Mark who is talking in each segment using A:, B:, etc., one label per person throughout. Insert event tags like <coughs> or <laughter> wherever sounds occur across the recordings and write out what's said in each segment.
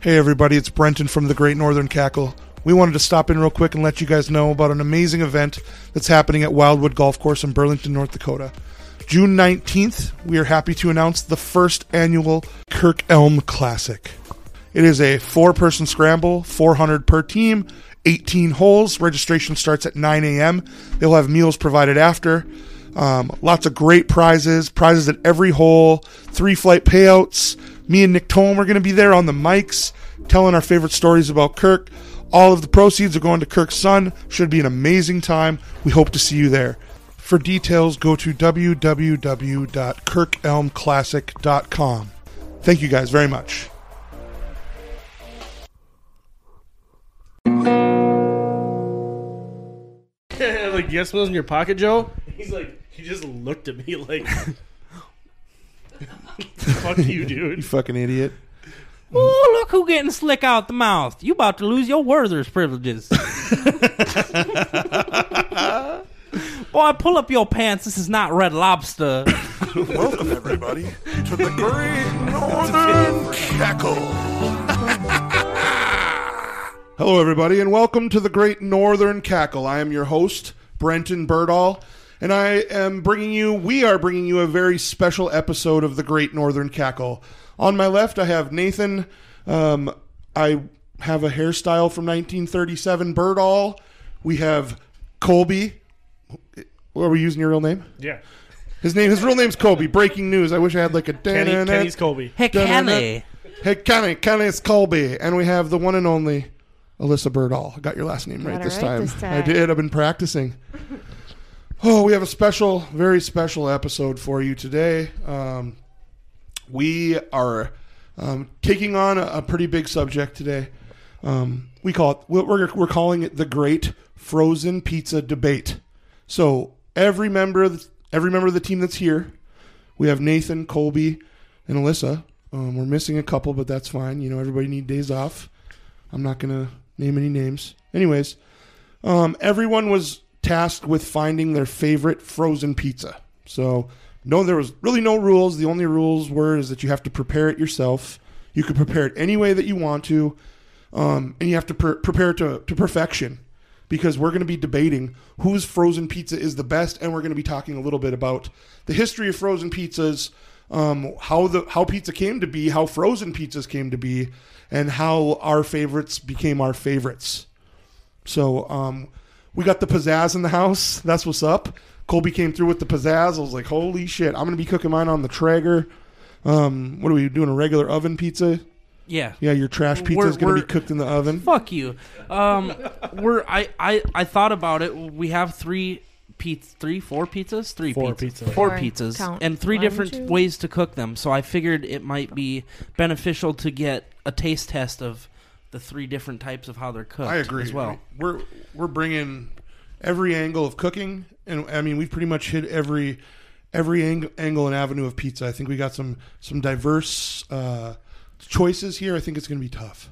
A: Hey, everybody, it's Brenton from the Great Northern Cackle. We wanted to stop in real quick and let you guys know about an amazing event that's happening at Wildwood Golf Course in Burlington, North Dakota. June 19th, we are happy to announce the first annual Kirk Elm Classic. It is a four person scramble, 400 per team, 18 holes. Registration starts at 9 a.m. They'll have meals provided after. Um, lots of great prizes, prizes at every hole, three flight payouts. Me and Nick Tome are going to be there on the mics telling our favorite stories about Kirk. All of the proceeds are going to Kirk's son. Should be an amazing time. We hope to see you there. For details, go to www.kirkelmclassic.com. Thank you guys very much.
B: <laughs> like, you got some of those in your pocket, Joe? He's like, he just looked at me like, <laughs> fuck you, dude.
A: fucking idiot.
C: Ooh, look who getting slick out the mouth. You about to lose your Werther's privileges. Boy, pull up your pants. This is not Red Lobster.
D: Welcome, everybody, to the Great Northern Cackle.
A: <laughs> Hello, everybody, and welcome to the Great Northern Cackle. I am your host, Brenton Birdall, and I am bringing you, we are bringing you a very special episode of the Great Northern Cackle. On my left, I have Nathan. Um, I have a hairstyle from 1937, Birdall. We have Colby. What are we using your real name?
B: Yeah.
A: His name, his real name's Colby. Breaking news. I wish I had like a
B: Kenny, Kenny's Colby.
C: Heck, Kenny.
A: Hey, Kenny, Kenny's Colby, and we have the one and only Alyssa Birdall. I got your last name right,
E: it
A: this,
E: right
A: time.
E: this time.
A: I did. I've been practicing. oh, we have a special, very special episode for you today. Um, we are um, taking on a, a pretty big subject today. Um, we call it we're- we're we're calling it the Great Frozen Pizza Debate. So every member of the, every member of the team that's here, we have Nathan, Colby, and Alyssa. Um, we're missing a couple, but that's fine. You know, everybody need days off. I'm not gonna name any names. Anyways, um, everyone was tasked with finding their favorite frozen pizza. So no, there was really no rules. The only rules were is that you have to prepare it yourself. You could prepare it any way that you want to, um, and you have to pre- prepare it to, to perfection because we're going to be debating whose frozen pizza is the best, and we're going to be talking a little bit about the history of frozen pizzas, um, how the how pizza came to be, how frozen pizzas came to be, and how our favorites became our favorites. So um, we got the pizzazz in the house. That's what's up. Colby came through with the pizzazz. I was like, holy shit! I'm going to be cooking mine on the Traeger. Um, what are we doing? A regular oven pizza?
C: Yeah.
A: Yeah, your trash pizza
C: We're-
A: is going to be
C: we're-
A: cooked in the oven.
C: Fuck you. Um, we're I, I I thought about it. We have three pizzas, three, four pizzas, three
B: Four
C: pizzas,
B: pizzas.
C: four
E: Four.
C: pizzas,
E: Count.
C: and three
E: One,
C: different
E: two.
C: ways to cook them. So I figured it might be beneficial to get a taste test of the three different types of how they're cooked.
A: I agree
C: as well.
A: We're we're bringing every angle of cooking, and I mean we've pretty much hit every every ang- angle and avenue of pizza. I think we got some some diverse uh, choices here. I think it's going to be tough.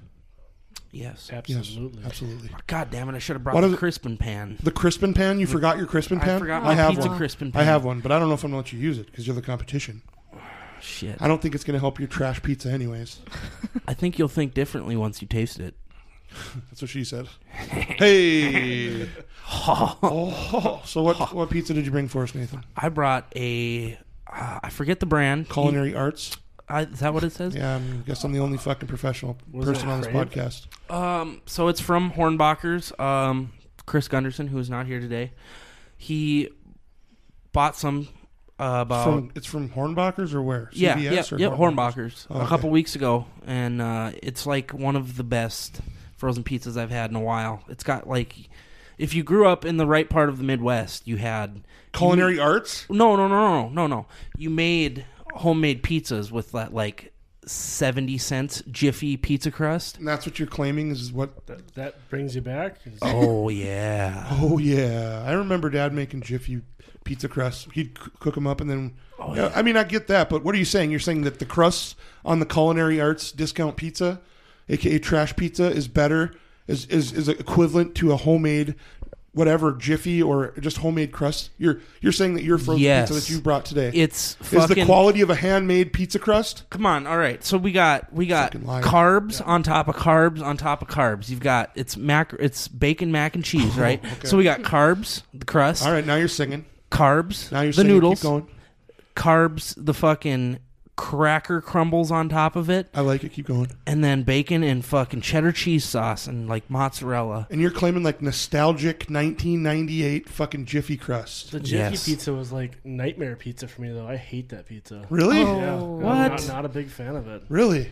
C: Yes.
B: Absolutely.
A: Absolutely.
C: God damn it! I should have brought
A: What
C: the
A: is it-
C: Crispin pan.
A: The Crispin pan. You forgot your Crispin
C: I
A: pan.
C: forgot
E: I
C: my
E: have
C: pizza
E: one.
C: Crispin pan.
A: I have one, but I don't know if I'm going to let you use it because you're the competition.
C: Shit.
A: I don't think it's going to help your trash pizza, anyways.
C: I think you'll think differently once you taste it.
A: That's what she
C: <laughs>
A: said. hey. oh, so what what pizza did you bring for us, Nathan?
C: I brought a. Uh, I forget the brand.
A: Culinary arts.
C: I, is that what it says?
A: Yeah, I guess I'm the only fucking professional
B: Was
A: person
B: it
A: on this
B: Crave?
A: podcast.
C: Um, so it's from Hornbacher's. Um, Chris Gunderson, who is not here today, he bought some uh, about
A: From, it's from Hornbachers or where? CVS
C: yeah, yeah,
A: or
C: yeah, Hornbacher's
A: Oh,
C: a
A: okay.
C: couple weeks ago, and uh, it's like one of the best frozen pizzas I've had in a while. It's got like, if you grew up in the right part of the Midwest, you had
A: Culinary arts?
C: No, no, no, no, no, no. You made homemade pizzas with that like seventy cents Jiffy pizza crust.
A: And that's what you're claiming is what.
B: That, that brings you back. Is-
A: <laughs>
C: Oh yeah.
A: Oh, yeah. I remember dad making Jiffy pizza crusts. He'd c- cook them up and then. Yeah, I mean, I get that, but what are you saying? You're saying that the crusts on the culinary arts discount pizza, aka trash pizza, is better, is, is, is equivalent to a homemade whatever Jiffy or just homemade crust? You're you're saying that your frozen
C: Yes.
A: pizza that you brought today
C: It's
A: is
C: fucking
A: the quality of a handmade pizza crust?
C: Come on, all right. So we got we got
A: Fucking liar.
C: carbs on top of carbs on top of carbs. You've got it's mac it's bacon mac and cheese, right? So we got carbs, the crust,
A: Oh, All right, now you're singing.
C: carbs,
A: Now you're
C: the
A: singing.
C: noodles,
A: Keep going.
C: carbs, the fucking cracker crumbles on top of it,
A: I like it. Keep going.
C: and then bacon and fucking cheddar cheese sauce and like mozzarella.
A: And you're claiming like nostalgic 1998 fucking Jiffy crust.
B: The Jiffy
C: Yes.
B: pizza was like nightmare pizza for me though. I hate that pizza.
A: Really?
B: Yeah,
C: What?
B: I'm not, not a big fan of it.
A: Really?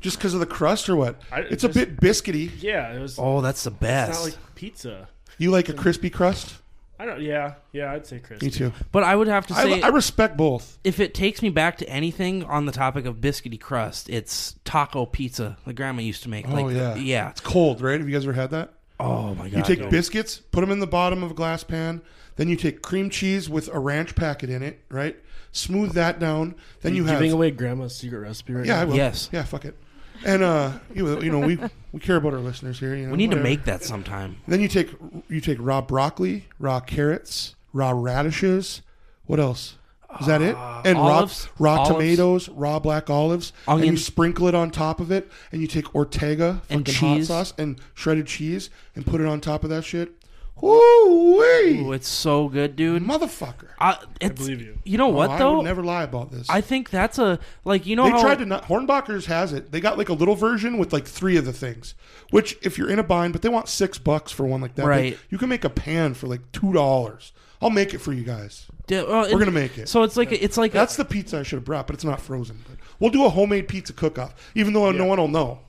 A: Just because of the crust or what?
B: I-
A: it's a
B: just-
A: bit biscuity.
B: Yeah, it was.
C: Oh, that's the
B: it's
C: best.
B: not like pizza.
A: You like a crispy crust?
B: I don't. Yeah, yeah, I'd say Chris.
A: Me too.
C: but I would have to
A: I,
C: say
A: I respect both.
C: if it takes me back to anything on the topic of biscuity crust, it's taco pizza that grandma used to make.
A: Oh,
C: like,
A: yeah.
C: yeah.
A: It's cold, right? Have you guys ever had that?
C: Oh my god.
A: You take biscuits, put them in the bottom of a glass pan. Then you take cream cheese with a ranch packet in it, right? Smooth that down. Then you
B: You giving
A: have
B: away grandma's secret recipe right
A: yeah, I
B: now.
A: will.
C: Yes.
A: yeah, fuck it. And uh, you, you know we we care about our listeners here. You know,
C: we need
A: whatever.
C: to make that sometime.
A: Then you take you take raw broccoli, raw carrots, raw radishes. What else? Is that it? And
C: Uh, olives?
A: raw, raw
C: Olives?
A: tomatoes, raw black olives, and you
C: Onions?
A: sprinkle it on top of it. And you take Ortega fucking
C: And
A: hot
C: cheese?
A: sauce and shredded cheese and put it on top of that shit. Woo
C: Ooh,
A: wee,
C: it's so good, dude.
A: motherfucker!
C: I, it's,
B: believe you.
C: You know what
A: Oh, I
C: though?
A: would never lie about this.
C: I think that's a like you know
A: they
C: how
A: tried to not. Hornbacher's has it. They got like a little version with like three of the things. Which, if you're in a bind, but they want six bucks for one like that.
C: Right.
A: big, You can make a pan for like two dollars. I'll make it for you guys.
C: di- well, it-
A: We're gonna make it.
C: So it's like a, it's like
A: That's
C: that's
A: the pizza I should have brought, but it's not frozen. But we'll do a homemade pizza cook-off, even though no one will know.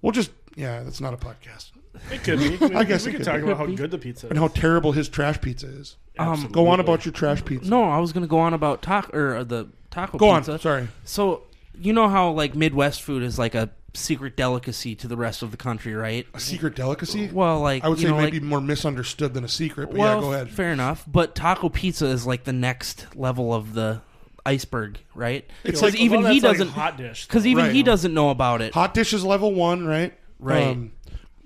A: We'll just yeah, that's not a podcast.
B: It could be.
A: <laughs>
B: We,
A: I guess
B: we
A: it
B: could
A: could
B: talk
A: be.
B: about how good the pizza.
A: And
B: is.
A: how terrible his trash pizza is.
C: um,
A: Go on
B: Absolutely.
A: about your trash pizza.
C: no, I was gonna go on about taco or uh, the taco.
A: Go
C: pizza.
A: on. Sorry.
C: So you know how like Midwest food is like a secret delicacy to the rest of the country, right?
A: A secret delicacy.
C: Well, like
A: I would
C: you
A: say
C: know,
A: maybe
C: like,
A: more misunderstood than a secret. But
C: well,
A: yeah, go ahead.
C: fair enough. But taco pizza is like the next level of the iceberg, right?
A: It's
C: Because
A: like-
B: Well,
C: even
B: that's
C: he
B: like
C: doesn't.
A: <laughs>
B: hot dish.
C: Because even
A: Right.
C: he doesn't know about it.
A: Hot dish is level one, right? Um,
C: Right.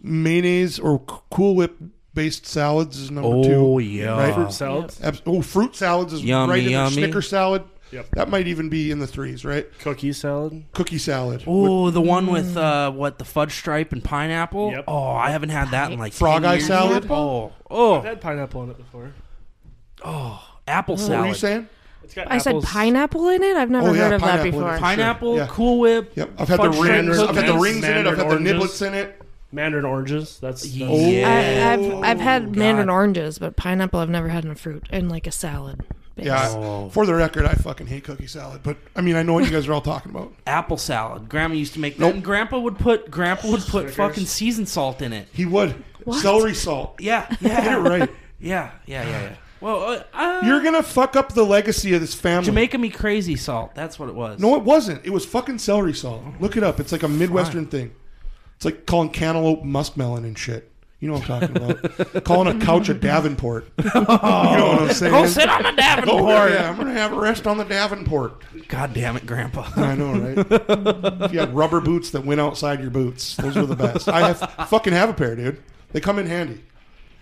A: mayonnaise or C- Cool Whip based salads is number
C: Oh,
A: two.
C: yeah.
A: Right?
B: fruit salads,
A: Abs- oh, fruit salads is
C: Yummy,
A: right in there.
C: yummy.
A: Snicker salad.
B: Yep.
A: That might even be in the threes, right?
B: cookie salad.
A: Cookie salad. with
C: Oh, the one with uh, what the fudge stripe and pineapple.
B: Yep.
C: Oh, I haven't had that in like
A: Frog
C: 10
A: eye
C: years.
A: salad.
C: Oh, oh,
B: I've had pineapple on it before.
C: apple
A: What were you
C: salad.
A: saying?
B: It's got
E: I said
B: apples.
E: pineapple in it. I've never
A: Oh, yeah,
E: heard of that
A: pineapple in it.
E: before.
C: Pineapple,
A: yeah.
C: Cool Whip.
A: Yep. I've had the
C: fudge stripe
A: rings. I've had the
C: cookies.
A: rings in it. I've had the
B: Mandarin
A: niblets in it.
B: Mandarin oranges. That's, that's
C: Yeah.
E: I,
A: Oh
E: I've I've had mandarin
C: God.
E: oranges, but pineapple I've never had in a fruit and like a salad. base.
A: Yeah.
C: Oh.
A: For the record, I fucking hate cookie salad, but I mean, I know what you guys are all talking about.
C: Apple salad. Grandma used to make that. And grandpa would put Grandpa would put fucking seasoned salt in it.
A: He would celery salt. <laughs>
C: Yeah, yeah,
A: You're right.
C: yeah, yeah,
A: <sighs>
C: yeah. yeah. Well, uh, uh,
A: You're gonna fuck up the legacy of this family.
C: Jamaica me crazy salt. That's what it was.
A: No, it wasn't. It was fucking celery salt. Look it up. It's like a Midwestern thing. It's like calling cantaloupe muskmelon and shit. You know what I'm talking
C: <laughs>
A: about. calling a couch a Davenport. You know what I'm saying?
C: Go sit on the
A: Oh,
C: Davenport.
A: yeah, I'm going to have a rest on the Davenport.
C: God damn it,
A: <laughs>
C: Grandpa. <laughs>
A: I know, right? if you had rubber boots that went outside your boots, those were the best. I have, fucking have a pair, dude. They come in handy.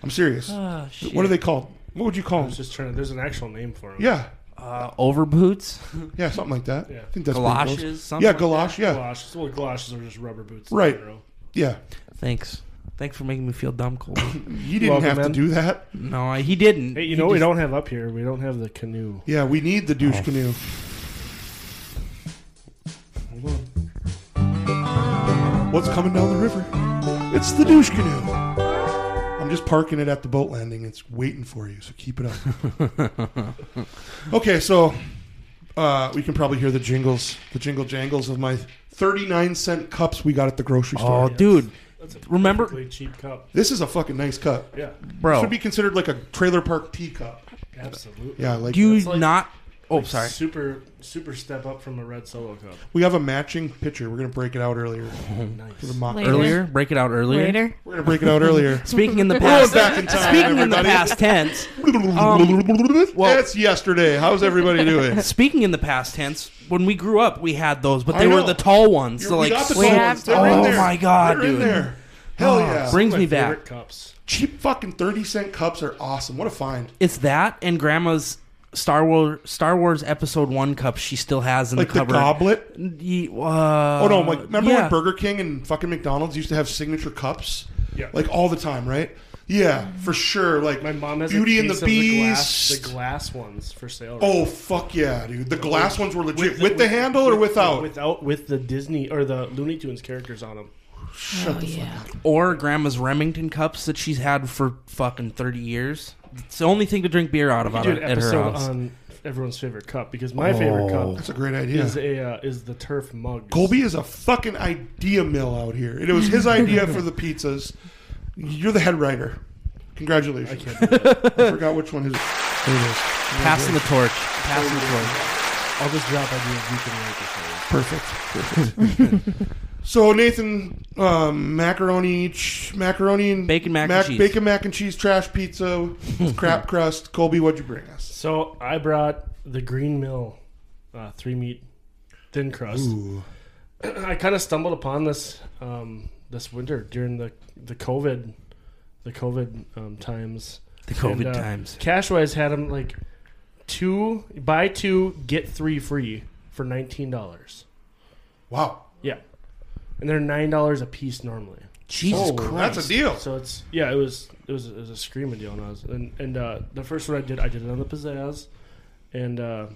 A: I'm serious.
C: Oh, shit.
A: what are they called? What would you call
B: I was
A: them?
B: just trying to. There's an actual name for them.
A: Yeah.
C: Uh, overboots,
A: Yeah, something like that.
B: Yeah.
A: I think that's pretty close.
C: galoshes, something.
A: Yeah,
C: like that.
A: galosh. Yeah.
B: Galoshes. Well, galoshes are just rubber boots. in
A: Right.
B: general.
A: Yeah.
C: Thanks. Thanks for making me feel dumb, Cole.
A: You didn't
B: Welcome,
A: have to
B: man.
A: do that.
C: no, I, he didn't.
B: Hey,
C: He
B: you know what we
C: just-
B: don't have up here. We don't have the canoe.
A: Yeah, we need the
C: Oh.
A: douche canoe. What's coming down the river? It's the douche canoe. I'm just parking it at the boat landing. It's waiting for you, so keep it up.
C: <laughs>
A: okay, so uh, we can probably hear the jingles, the jingle jangles of my 39 cent cups we got at the grocery store.
C: Oh, dude,
B: That's a
C: Remember-
B: perfectly cheap cup.
A: This is a fucking nice cup.
B: Yeah,
C: bro,
A: Should be considered like a trailer park teacup.
B: absolutely.
A: Yeah, I like
C: do you
A: that.
B: like-
C: not? Oh, sorry.
B: Super, super step up from a red solo cup.
A: we have a matching picture. We're gonna break it out earlier.
C: Mm-hmm.
A: For the
B: Nice.
A: mock-
E: Later.
C: Earlier, break it out earlier.
E: Later. <laughs>
A: We're gonna break it out
C: <laughs>
A: earlier.
C: Speaking in the past,
A: back in time,
C: speaking in the
A: everybody.
C: past tense. Um, well-
A: That's yesterday. How's everybody doing?
C: Speaking in the past tense. When we grew up, we had those, but
A: I
C: they were
A: know.
C: the tall ones.
A: You're-
C: the,
A: we
C: like,
A: got the
C: slim-
A: tall ones.
E: have-
A: They're in
C: Oh
A: there.
C: my God,
A: They're in
C: dude.
A: there. Hell
C: Oh,
A: yeah.
C: Brings
B: My
C: me
B: favorite
C: back.
B: Cups.
A: Cheap fucking 30 cent cups are awesome. What a find.
C: It's that and Grandma's Star Wars Star Wars Episode One cup she still has in
A: Like
C: the
A: the
C: cupboard.
A: goblet.
C: Ye- uh,
A: Oh no! Like remember
C: yeah.
A: when Burger King and fucking McDonald's used to have signature cups?
B: Yeah.
A: Like all the time, right? Yeah, for sure. Like
B: My mom has
A: Beauty
B: a
A: and
B: case
A: the
B: of
A: Beast.
B: the glass, the glass ones for sale.
A: oh fuck yeah, dude! The glass ones were legit with, the handle or
B: with-
A: without.
B: Without, with the Disney or the Looney Tunes characters on them.
E: Oh, yeah.
C: or Grandma's Remington cups that she's had for fucking thirty years. It's the only thing to drink beer out of
B: We
C: out
B: do an
C: at her
B: episode
C: house.
B: on everyone's favorite cup because my favorite
A: Oh. That's
B: cup
A: a great idea.
B: is a uh, is the turf mug.
A: Colby is a fucking idea mill out here. It was his
C: <laughs>
A: idea for the pizzas. You're the head writer. Congratulations. I,
B: can't do that.
A: forgot which one his name is.
C: Passing the torch. Passing the torch.
B: I'll just drop ideas you can make it for
A: Perfect. Perfect. so Nathan, um, macaroni, ch- macaroni and
C: Bacon mac and cheese.
A: bacon mac and cheese, trash pizza, with crap crust. Colby, what'd you bring
B: you.
A: us?
B: <laughs> So I brought the Green Mill uh, three meat thin crust. <clears throat> I kind of stumbled upon this um, this winter during the the COVID the COVID um, times.
C: The COVID
B: And, uh,
C: times.
B: Cashwise had them like two buy two get three free for nineteen dollars.
A: Wow.
B: Yeah, and they're nine dollars a piece normally.
C: Jesus
A: Oh,
C: Christ.
A: that's a deal.
B: So it's yeah, it was it was, it was a screaming deal, and I was and, and uh, the first one I did I did it on the pizzazz, and uh,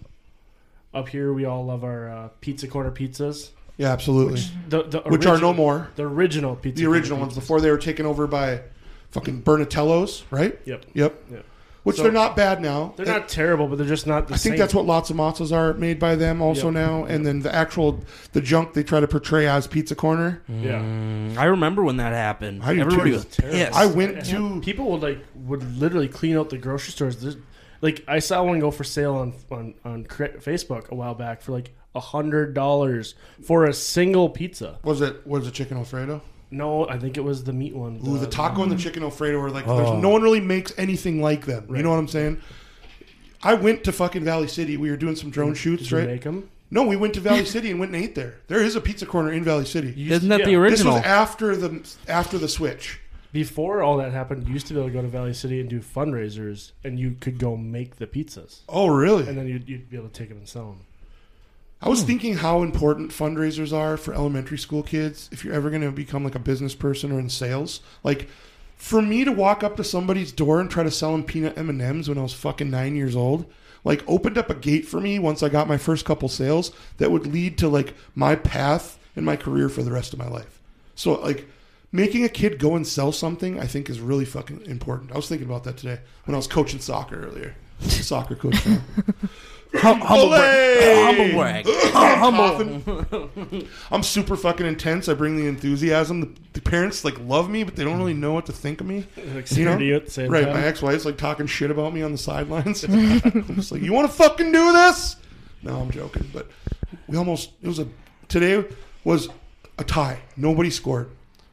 B: up here we all love our uh, pizza corner pizzas,
A: Yeah, absolutely.
B: the, the
A: Which are no
B: origi-
A: more.
B: the original pizza
A: The original
B: corner
A: ones
B: pizzas.
A: before they were taken over by fucking Bernatello's, right?
B: Yep,
A: Yep.
B: Yep.
A: Which
B: So-
A: they're not bad now.
B: they're not terrible, but they're just not the
A: I
B: same.
A: think that's what lots of matzos are made by them also
B: Yep.
A: now. And then the actual the junk they try to portray as pizza corner.
B: yeah.
C: Mm, I remember when that happened.
A: I do
C: Everybody
A: too.
C: was
B: Terrible.
C: pissed.
A: I went to
B: And people would like would literally clean out the grocery stores. There's, like I saw one go for sale on on on cra- Facebook a while back for like a hundred dollars for a single pizza.
A: was it was it chicken alfredo?
B: No, I think it was the um, meat one. Uh,
A: Ooh, the taco and the chicken alfredo are like there's no one really makes anything like them. You
B: Right.
A: know what I'm saying? I went to fucking Valley City. We were doing some drone
B: Did
A: shoots,
B: you
A: right?
B: make 'em?
A: No, we went to
B: <laughs>
A: Valley City and went and ate there. There is a pizza corner in Valley City.
B: You used-
C: Isn't that the
B: yeah.
A: This
C: original?
A: was after the after the switch.
B: Before all that happened, you used to be able to go to Valley City and do fundraisers, and you could go make the pizzas,
A: Oh, really?
B: and then you'd, you'd be able to take them and sell them.
A: I
C: Hmm.
A: was thinking how important fundraisers are for elementary school kids if you're ever going to become like a business person or in sales. Like for me to walk up to somebody's door and try to sell them peanut M&Ms when I was fucking 9 years old like opened up a gate for me once I got my first couple sales that would lead to like my path and my career for the rest of my life. So like making a kid go and sell something I think is really fucking important. I was thinking about that today when I was coaching soccer earlier. Soccer coach. now.
C: <laughs> Hum- humble,
A: Olay!
C: brag. humble brag.
A: Coughing. <laughs> I'm super fucking intense. I bring the enthusiasm. The, the parents like love me, but they don't really know what to think of me.
B: <laughs> Like,
A: You know?
B: scared of you at the same
A: Right,
B: time.
A: my ex-wife's like talking shit about me on the sidelines. <laughs> I'm just like, you want to fucking do this? No, I'm joking. But we almost it was a today was a tie. Nobody scored.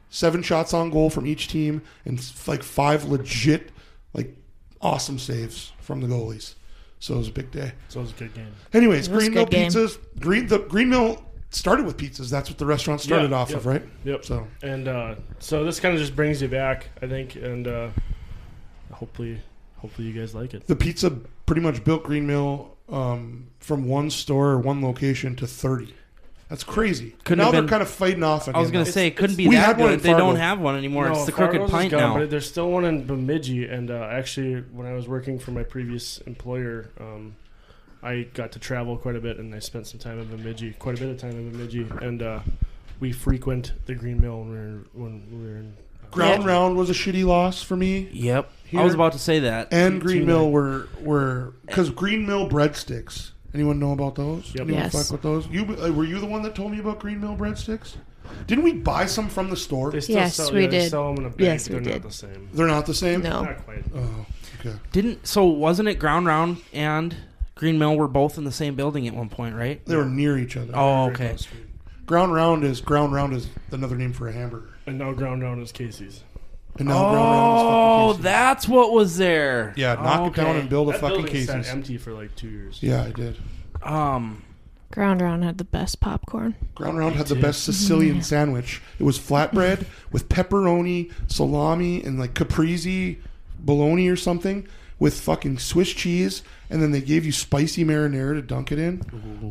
A: Seven shots on goal from each team, and like five legit, like awesome saves from the goalies. So it was a big day.
B: so it was a good game.
A: Anyways,
E: It was a
A: Green Mill
E: good game.
A: pizzas. Green the Green Mill started with pizzas. That's what the restaurant started
B: Yeah,
A: off
B: yeah.
A: of, right?
B: Yep.
A: So
B: And uh, so this kind of just brings you back, I think, and uh, hopefully, hopefully you guys like it.
A: the pizza pretty much built Green Mill um, from one store or one location to thirty. That's crazy.
C: Couldn't
A: now
C: have
A: they're
C: been-
A: kind of fighting off. Again.
C: I was gonna say it couldn't be
A: We
C: that
A: had one in
C: good. They don't
A: Fargo.
C: have one anymore. it's the
B: Fargo's
C: crooked
B: is
C: pint
B: gone,
C: now.
B: But there's still one in Bemidji, and uh, actually, when I was working for my previous employer, um, I got to travel quite a bit, and I spent some time in Bemidji, quite a bit of time in Bemidji, and uh, we frequent the Green Mill when we were when we were in. uh,
A: Ground
B: Yeah.
A: Round was a shitty loss for me,
C: Yep. I
A: Here-
C: was about to say that.
A: and Green
B: Too
A: Mill
B: nice.
A: were were because Green Mill breadsticks. Anyone know about those?
B: Yep.
A: Anyone
E: Yes.
A: fuck with those? You uh, were you the one that told me about Green Mill breadsticks? Didn't we buy some from the store?
B: They still
E: Yes,
B: sell,
E: we
B: yeah, They
E: did.
B: sell them in a bag,
E: Yes,
B: but
E: we
B: they're
E: did.
B: not the same.
A: They're not the same.
E: No.
B: Not quite.
A: Oh, okay.
C: Didn't so wasn't it Ground Round and Green Mill were both in the same building at one point, right?
A: They were near each other.
C: Oh, okay.
A: Ground round is ground round is another name for a hamburger.
B: And now Ground Down is Casey's.
A: And now ground round is fucking
C: Oh,
A: Casey's.
C: that's what was there.
A: yeah, knock it down
C: Okay.
A: and build a
B: that
A: fucking
B: building sat
A: Casey's.
B: empty for like two years.
A: Yeah, I did.
C: Um,
E: Ground Round had the best popcorn.
A: Ground Round had the best Sicilian sandwich. It was flatbread with pepperoni, salami, and like caprese, bologna or something with fucking Swiss cheese, and then they gave you spicy marinara to dunk it in.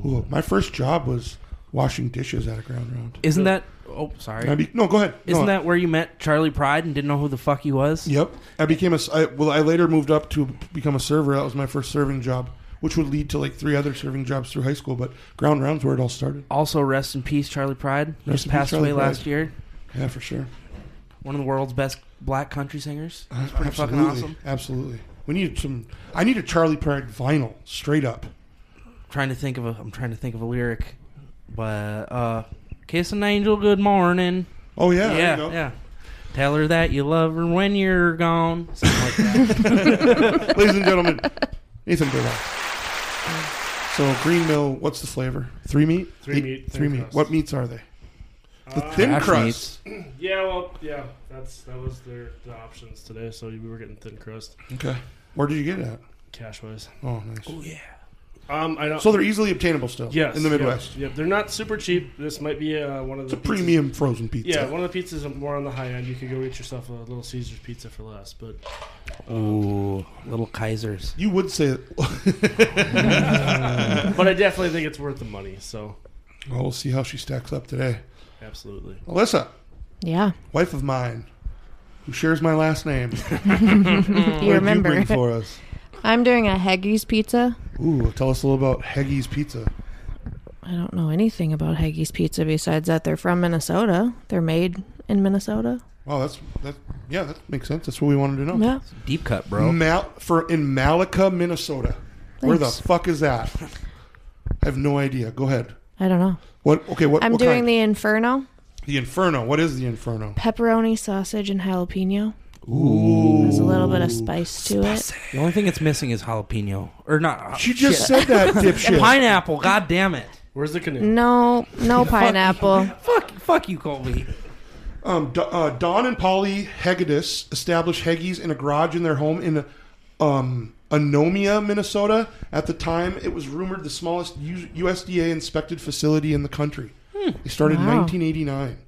A: Ooh, my first job was washing dishes at a Ground Round.
C: Isn't that? Oh, sorry.
A: And I be- no, go ahead. No,
C: Isn't that where you met Charlie Pride and didn't know who the fuck he was?
A: Yep. I became a. s- I, well, I later moved up to become a server. That was my first serving job, which would lead to like three other serving jobs through high school. But ground rounds where it all started.
C: Also, rest in peace, Charlie Pride. He
A: Rest
C: just
A: in peace,
C: passed
A: Charlie
C: away
A: Pride.
C: last year.
A: Yeah, for sure.
C: One of the world's best black country singers.
A: That's
C: pretty fucking awesome.
A: Uh, Absolutely. We need some. I need a Charlie Pride vinyl, straight up.
C: trying to think of a. I'm trying to think of a lyric, but uh, kiss an angel, good morning.
A: Oh yeah. there you
C: yeah,
A: go.
C: yeah. Tell her that you love her when you're gone. Something like that.
A: <laughs> <laughs> Ladies and gentlemen, Nathan Burdock. So green mill. What's the flavor? Three meat.
B: Three
A: Eight-
B: meat,
A: Three
B: thin
A: meat.
B: crust.
A: What meats are they? The
B: Uh,
A: thin
C: Trash
A: crust.
C: meats.
B: Yeah, well, yeah, that's that was their, the options today. So we were getting thin crust,
A: Okay. Where did you get it at?
B: cash wise.
A: Oh, nice.
B: Um, I don't.
A: So they're easily obtainable still.
B: yes,
A: In the Midwest.
B: Yep, yep, they're not super cheap. This might be uh, one of
A: It's
B: the
A: a
B: pizzas-
A: premium frozen pizza.
B: Yeah, one of the pizzas more on the high end. You could go get yourself a Little Caesars pizza for less, but
C: Ooh, little Kaisers.
A: You would say,
B: but I definitely think it's worth the money. So
A: well, we'll see how she stacks up today.
B: absolutely,
A: Alyssa,
E: Yeah,
A: wife of mine, who shares my last name.
E: <laughs> you
A: Mm. what did you
E: remember.
A: bring for
E: <laughs>
A: us?
E: I'm doing a Haggis pizza.
A: Ooh, tell us a little about Heggy's Pizza.
E: I don't know anything about Haggis pizza besides that they're from Minnesota. They're made in Minnesota.
A: Wow, that's that. Yeah, that makes sense. That's what we wanted to know.
E: Yeah,
C: Deep cut, bro.
A: Mal- for in Malika, Minnesota. Where the
E: Thanks.
A: fuck is that? I have no idea. Go ahead.
E: I don't know.
A: What? Okay. What?
E: I'm
A: what
E: doing
A: kind?
E: the Inferno
A: the Inferno. What is the Inferno?
E: pepperoni sausage and jalapeno.
A: Ooh.
E: There's a little bit of spice to it.
C: The only thing it's missing is jalapeno, or not? uh,
A: She just said that,
E: <laughs>
A: dipshit.
C: pineapple. God damn it!
B: where's the canoe?
E: Mm. No, no pineapple.
C: Fuck, fuck you, Colby.
A: Um, D- uh, Don and Polly Hegedus established Heggies in a garage in their home in um, Anomia, Minnesota. At the time, it was rumored the smallest U- USDA inspected facility in the country. They started in
E: Wow.
A: 1989.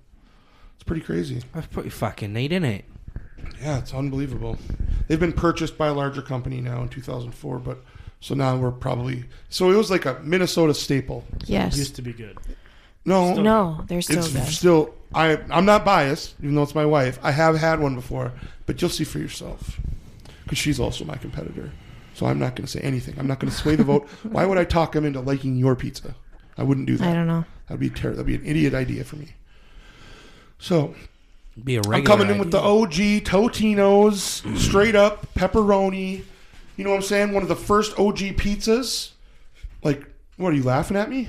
A: It's pretty crazy.
C: That's pretty fucking neat, isn't it?
A: Yeah, it's unbelievable. They've been purchased by a larger company now in 2004, but so now we're probably so it was like a Minnesota staple.
E: Yes.
B: Used to be good.
A: No,
E: No, they're so
A: it's
E: good.
A: still I I'm not biased, even though it's my wife. I have had one before, but you'll see for yourself because she's also my competitor. So I'm not going to say anything. I'm not going to sway the
E: <laughs>
A: vote. Why would I talk him into liking your pizza? I wouldn't do
E: I
A: that. <laughs>
E: don't know.
A: That'd be ter- that'd be an idiot idea for me. So
C: Be a regular.
A: I'm coming in with the
C: idea.
A: OG Totino's, straight up pepperoni. You know what I'm saying? One of the first OG pizzas. Like, what are you laughing at me?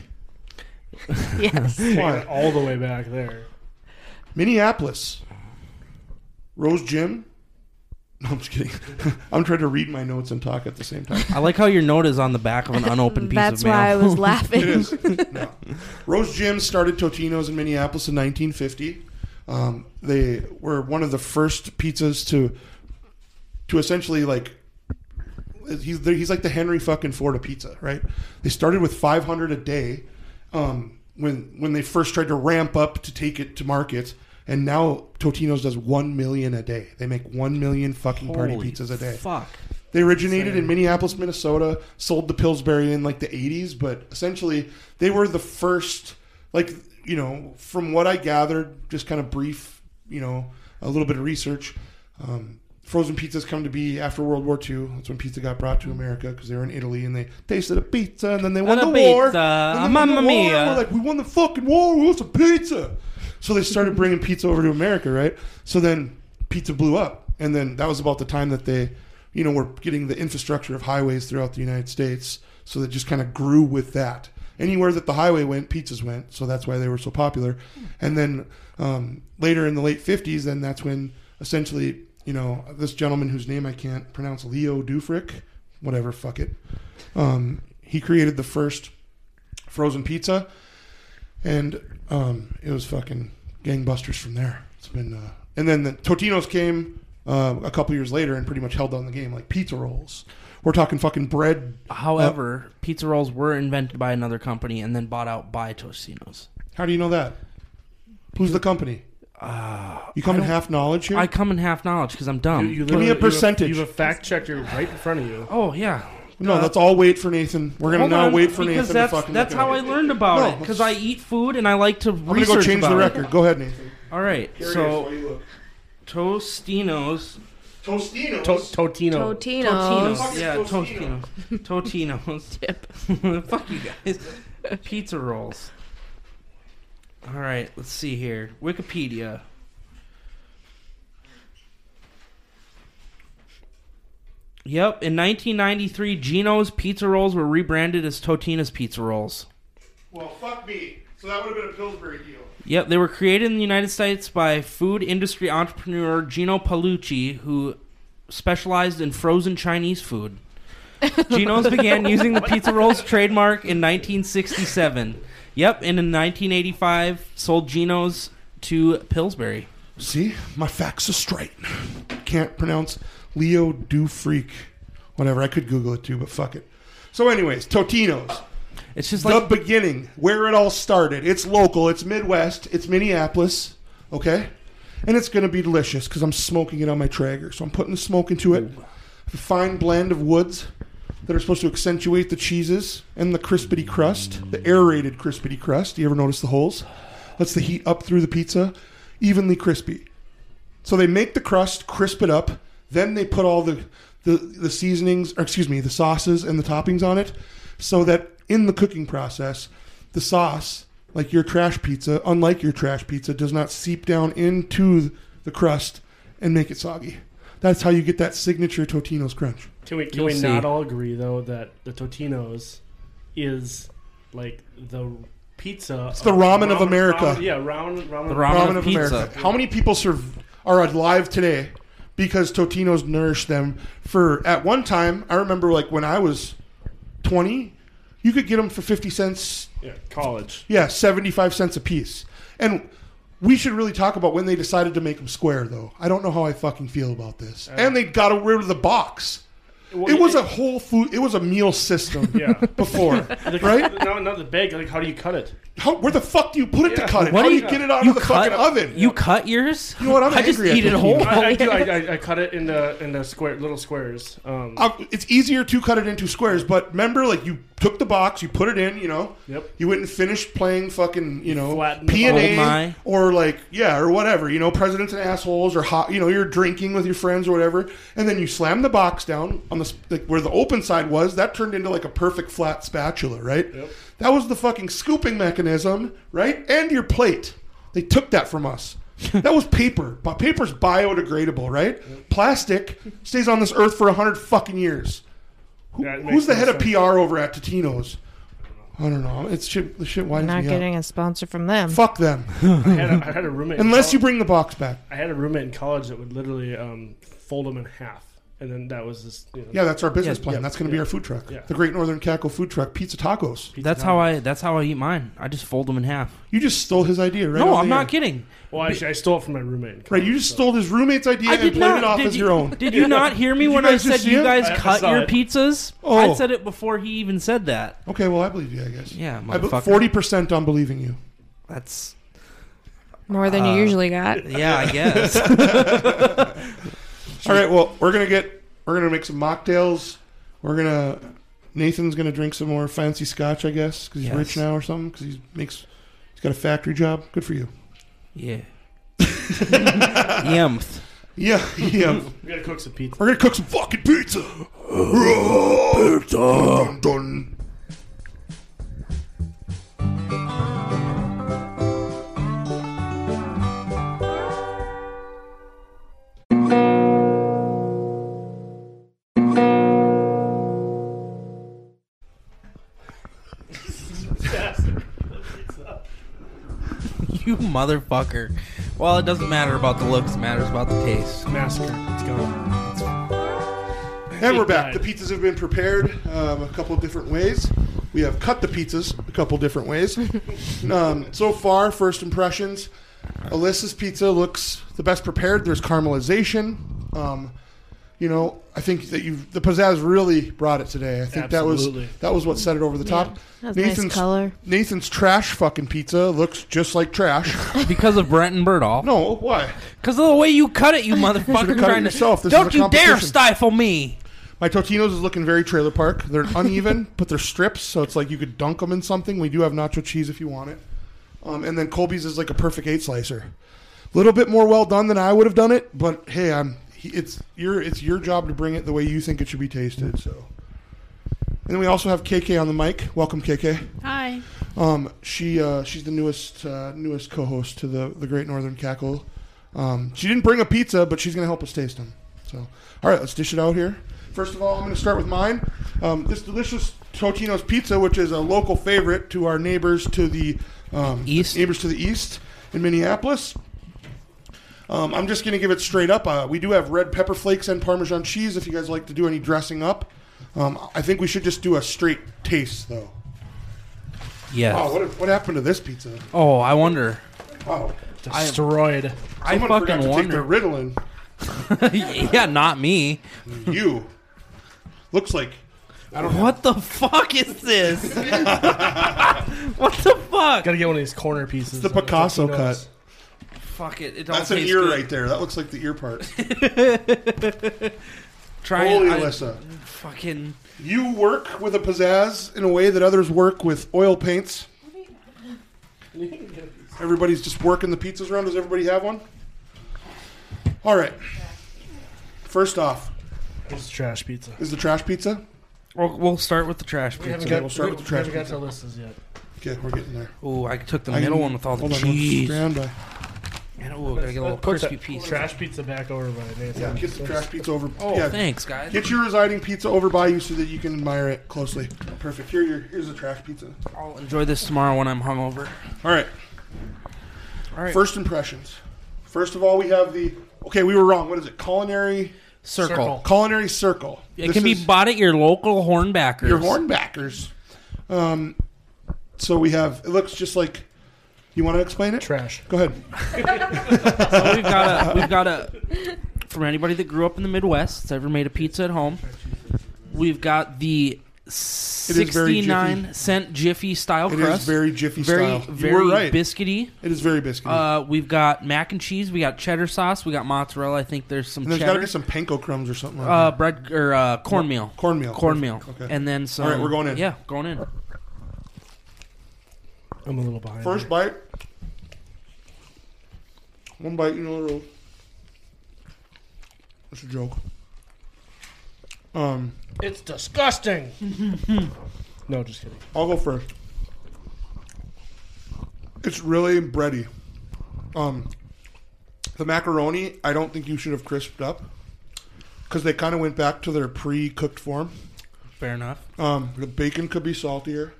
E: Yes.
B: Taking
A: Why?
B: it all the way back there.
A: Minneapolis. Rose Gym. <laughs> No, I'm just kidding. <laughs> I'm trying to read my notes and talk at the same time.
C: I like how your note is on the back of an unopened piece
E: That's
C: of mail.
E: why
A: <laughs>
E: I was laughing.
A: It is.
C: <laughs>
A: No. Rose Gym started Totino's in Minneapolis in 1950. Um, they were one of the first pizzas to to essentially like he's the- he's like the Henry fucking Ford of pizza, right? They started with 500 a day um, when when they first tried to ramp up to take it to market, and now Totino's does one million a day. They make one million fucking party
C: Holy
A: pizzas a day.
C: Fuck.
A: They originated in Minneapolis, Minnesota, sold to Pillsbury in like the 80s, but essentially they were the first, like, you know, from what I gathered, just kind of brief, you know, a little bit of research. Um, frozen pizzas come to be after World War II. That's when pizza got brought to America because they were in Italy and they tasted a pizza and then they won
C: And
A: the
C: a
A: war.
C: pizza.
A: And then they won
C: Mamma
A: the war, and
C: mia.
A: we're like, we won the fucking war. We want some pizza. So they started bringing pizza over to America, right? So then pizza blew up, and then that was about the time that they, you know, were getting the infrastructure of highways throughout the United States. So that just kind of grew with that. Anywhere that the highway went, pizzas went. So that's why they were so popular. And then um, later in the late fifties, then that's when essentially, you know, this gentleman whose name I can't pronounce, Leo Dufrick, whatever, fuck it. Um, he created the first frozen pizza, and um, it was fucking gangbusters from there. It's been, uh, and then the Totino's came uh, a couple years later and pretty much held down the game like pizza rolls. We're talking fucking bread.
C: However, pizza rolls were invented by another company and then bought out by Tostino's.
A: How do you know that? Who's the company? you come in half knowledge here.
C: Uh, I come in half knowledge because I'm dumb.
B: You
A: Give me a
B: literally- you have-
A: percentage.
B: You have a fact checker right in front of you.
C: oh yeah.
A: no, let's all wait for Nathan. We're gonna
C: Hold
A: now
C: on,
A: wait for
C: because
A: Nathan.
C: that's
A: to fucking
C: that's
A: look at
C: how I
A: it.
C: learned about
A: No,
C: it because I
A: let's-
C: eat food and I like to
A: I'm gonna go
C: research
A: change the
C: about it.
A: record. Go ahead, Nathan.
C: All right, so Tostino's
A: Tostino.
B: To- Totino.
E: Totino's.
C: Yeah,
A: Totino.
C: Totino. Totino's. <laughs> Fuck you guys. Pizza rolls. All right, let's see here. Wikipedia. Yep, in 1993, Gino's Pizza Rolls were rebranded as Totino's Pizza Rolls.
A: well, fuck me. So that would have been a Pillsbury deal.
C: Yep, they were created in the United States by food industry entrepreneur Gino Palucci, who specialized in frozen Chinese food. Gino's began using the pizza rolls trademark in 1967. Yep, and in 1985 sold Gino's to Pillsbury.
A: See, my facts are straight. Can't pronounce Leo Du Freak. Whatever, I could Google it too, but fuck it. So, anyways, Totino's.
C: It's just like
A: the beginning, where it all started. It's local, it's Midwest, it's Minneapolis, okay? And it's going to be delicious because I'm smoking it on my Traeger. So I'm putting the smoke into it. A fine blend of woods that are supposed to accentuate the cheeses and the crispity crust, the aerated crispity crust. You ever notice the holes? Lets the heat up through the pizza, evenly crispy. So they make the crust, crisp it up, then they put all the the, the seasonings, or excuse me, the sauces and the toppings on it, so that in the cooking process, the sauce, like your trash pizza, unlike your trash pizza, does not seep down into the crust and make it soggy. That's how you get that signature Totino's crunch.
B: Can we can
C: You'll
B: we
C: see.
B: not all agree though that the Totino's is like the pizza? It's
A: the ramen of America.
B: yeah, round ramen.
C: the
B: ramen.
C: ramen,
A: Ramen
C: of
A: of
C: pizza.
A: America. How many people serve, are alive today because Totino's nourished them for at one time? I remember like when I was twenty, you could get them for fifty cents
B: Yeah, college.
A: Yeah, 75 cents a piece. And we should really talk about when they decided to make them square, though. I don't know how I fucking feel about this. and they got rid of the box.
B: Well,
A: It was <laughs> a whole food, it was a meal
C: <laughs>
A: system
B: yeah.
A: before, right?
B: No, not the bag. Like, how do you
A: <laughs>
B: cut it?
A: How, where the fuck do you put it to
B: Yeah.
A: cut it?
C: What
A: how
C: do
A: do you
C: you-
A: get it out
C: you
A: of the
C: cut-
A: fucking oven?
C: You cut yours?
A: You know what? I'm
C: <laughs> I just
A: angry at
C: eat it
A: Totino's.
C: whole.
B: I, I do. I, I, I cut it in the in the square little squares. Um,
A: Uh, it's easier to cut it into squares, but remember, like you took the box, you put it in, you know.
B: Yep.
A: You went and finished playing fucking, you know,
B: Flatten the
A: P and
C: box. Oh
A: A
C: my.
A: or like yeah or whatever, you know, presidents and assholes or hot, you know, you're drinking with your friends or whatever, and then you slam the box down on the s- like where the open side was. That turned into like a perfect flat spatula, right?
B: Yep.
A: That was the fucking scooping mechanism, right? And your plate. They took that from
B: <laughs>
A: us. that was paper. But paper's biodegradable, right? Plastic stays on this earth for 100 fucking years. Who-
B: Yeah, it makes
A: who's the
B: no
A: head of
B: sense.
A: PR over at Totino's? I don't know. It's shit, the shit
E: I'm
A: winds
E: not
A: me
E: getting
A: up.
E: a sponsor from them.
A: Fuck them.
B: I, had a, I had a roommate. in
A: Unless you
B: college-
A: bring the box back.
B: I had a roommate in college that would literally um, fold them in half, and then that was this. You know,
A: Yeah, that's our business
C: Yeah,
A: plan.
B: yeah,
A: that's going to be
B: yeah.
A: our food truck.
B: Yeah.
A: The Great Northern Cackle Food Truck, Pizza Tacos.
B: pizza
C: That's
B: time.
C: how I. That's how I eat mine. I just fold them in half.
A: You just stole his idea, right?
C: no,
A: on
C: I'm
A: the
C: not
A: air.
C: kidding.
B: Well, actually, I stole it from my roommate. In college,
A: Right, you just
B: so-
A: stole his roommate's idea and played it off
C: Did
A: as
C: you,
A: your own.
C: Did you not hear me
A: Did you
C: when I
A: guys just
C: said
A: see
C: you
A: it?
C: guys
B: I- I
C: cut
B: saw
C: your
B: it.
C: pizzas?
A: Oh.
C: I said it before he even said that.
A: Okay, well, I believe you, I guess.
C: Yeah,
A: I put
C: motherfucker.
A: 40% on believing you.
C: That's
E: More than you
C: Uh,
E: usually got.
C: yeah, I guess.
A: <laughs> All right. Well, we're gonna get we're gonna make some mocktails. We're gonna Nathan's gonna drink some more fancy scotch, I guess, because he's
C: Yes.
A: rich now or something. Because he makes he's got a factory job. Good for you.
C: yeah. Yemth.
A: Yeah, <laughs> yeah.
B: We gotta cook some pizza. <laughs>
A: we're gonna cook some fucking pizza. pizza. Dun, dun.
C: You motherfucker. Well, it doesn't matter about the looks, it matters about the taste.
B: Massacre. It's gone.
A: And we're back.
B: Right.
A: The pizzas have been prepared um, a couple different ways. We have cut the pizzas a couple different ways. um, so far, first impressions. Alyssa's pizza looks the best prepared. There's caramelization. Um, you know, I think that you have the pizzazz really brought it today. I think that
B: Absolutely.
A: was that was what set it over the top.
E: That's nice color.
A: Nathan's trash fucking pizza looks just like
E: <laughs>
A: trash.
C: because of Brenton Burdoff.
A: no, why?
C: Because of the way you cut it, you motherfucker.
A: cut it
C: trying
A: yourself.
C: To,
A: This is
C: don't
A: a
C: you dare
A: competition.
C: stifle me.
A: My Totino's is looking very trailer park. They're <laughs> uneven, but they're strips, so it's like you could dunk them in something. We do have nacho cheese if you want it. Um, and then Colby's is like a perfect eight slicer. A little bit more well done than I would have done it, but hey, I'm he- it's your it's your job to bring it the way you think it should be tasted. So, and then we also have KK on the mic. Welcome, KK.
F: Hi.
A: Um, she uh, she's the newest uh, newest co-host to the the Great Northern Cackle. Um, she didn't bring a pizza, but she's gonna help us taste them. So, all right, let's dish it out here. First of all, I'm gonna start with mine. Um, this delicious Totino's pizza, which is a local favorite to our neighbors to the um,
C: East.
A: neighbors to the east in Minneapolis. Um, I'm just going to give it straight up. Uh, we do have red pepper flakes and Parmesan cheese if you guys like to do any dressing up. Um, I think we should just do a straight taste, though.
C: Yes.
A: Wow, Oh, what, what happened to this pizza? Oh,
C: Oh, I wonder.
A: Wow.
B: Destroyed.
C: I
A: Someone forgot
C: fucking
A: to take their
C: wonder.
A: Ritalin.
C: <laughs> yeah, not me.
A: You. Looks like. I don't know.
C: What the fuck is <laughs> this? what the fuck?
B: Gotta get one of these corner pieces.
A: the
B: on
A: Picasso
B: Totino's.
C: Fuck it. It don't
A: That's an
C: taste
A: ear
C: good.
A: right there. That looks like the ear part.
C: Try
A: Holy
C: I-
A: Alyssa.
C: Fucking.
A: You work with a pizzazz in a way that others work with oil paints. Everybody's just working the pizzas around. Does everybody have one? All right. First off,
B: It's trash pizza.
A: is the trash pizza?
C: We'll, we'll start with the trash
B: We haven't
C: pizza.
A: Okay,
B: got,
A: we'll start
B: we-
A: with the
B: we
A: trash
B: haven't got
A: pizza.
B: to lists yet.
A: Okay, we're getting there.
C: Ooh, I took the
A: I
C: middle
A: can-
C: one with all the
A: Hold on,
C: cheese.
A: Stand by.
C: And ooh, I gotta get a little
B: Let's put
C: crispy
B: that
C: piece.
B: Trash pizza back over by Nathan.
A: Yeah, get the trash pizza over.
C: Oh,
A: yeah,
C: thanks, guys.
A: Get your residing pizza over by you so that you can admire it closely. Perfect. Here, your, here's the trash pizza.
C: I'll enjoy this tomorrow when I'm hungover.
A: All right.
C: All right.
A: First impressions. First of all, we have the. Okay, we were wrong. What is it? Culinary
C: circle.
B: Circle.
A: culinary circle.
C: It
A: This
C: can be
A: is
C: bought at your local hornbackers.
A: your hornbackers. Um, so we have. It looks just like. You want to explain it?
B: Trash.
A: Go ahead.
C: So we've got a we've got a from anybody that grew up in the Midwest that's ever made a pizza at home. We've got the
A: very
C: sixty nine cent Jiffy style
A: It
C: crust.
A: is very Jiffy
C: very
A: style.
C: very
A: you were right. Mm.
C: biscuity.
A: it is very biscuity.
C: Uh, we've got mac and cheese. We got cheddar sauce. We got mozzarella. I think there's some
A: and there's got to
C: cheddar.
A: be some panko crumbs or something. Like
C: uh,
A: that.
C: bread or uh, cornmeal.
A: Cornmeal.
C: Cornmeal.
A: Perfect. Okay.
C: And then some.
A: All right, we're going in.
C: Yeah, going in.
B: I'm a little behind.
A: First bite. One bite, you know, a little. It's a joke. Um, <laughs>
B: It's disgusting. no, just kidding.
A: I'll go first. It's really bready. Um, the macaroni, I don't think you should have crisped up because they kind of went back to their pre-cooked form.
C: Fair enough.
A: Um, the bacon could be saltier.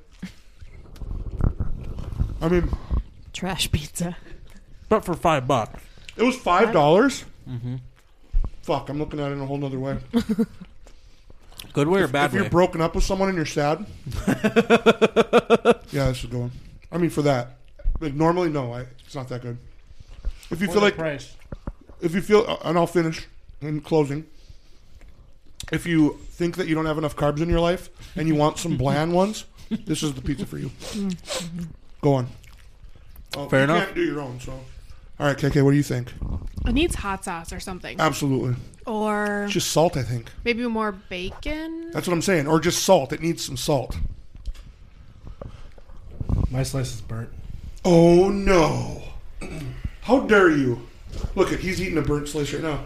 A: I mean,
E: Trash pizza.
C: But for five bucks.
A: It was five dollars.
C: Mm-hmm.
A: Fuck, I'm looking at it in a whole nother way.
C: Good way or
A: if
C: bad way?
A: you're broken up with someone and you're
C: <laughs>
A: sad, yeah, this is going. I mean, for that, like normally, no, I, it's not that good. If you feel
B: For the
A: like,
B: price.
A: if you feel, uh, and I'll finish in closing. If you think that you don't have enough carbs in your life and you want
C: <laughs>
A: some bland ones, this is the pizza for you. Go on. Oh,
C: Fair
A: you
C: enough.
A: Can't do your own. So, all right, KK, what do you think?
F: It needs hot sauce or something.
A: Absolutely,
F: Or
A: It's just salt. I think.
F: maybe more bacon.
A: That's what I'm saying. Or just salt. It needs some salt.
B: My slice is burnt.
A: Oh no. How dare you? Look at he's eating a burnt slice right now.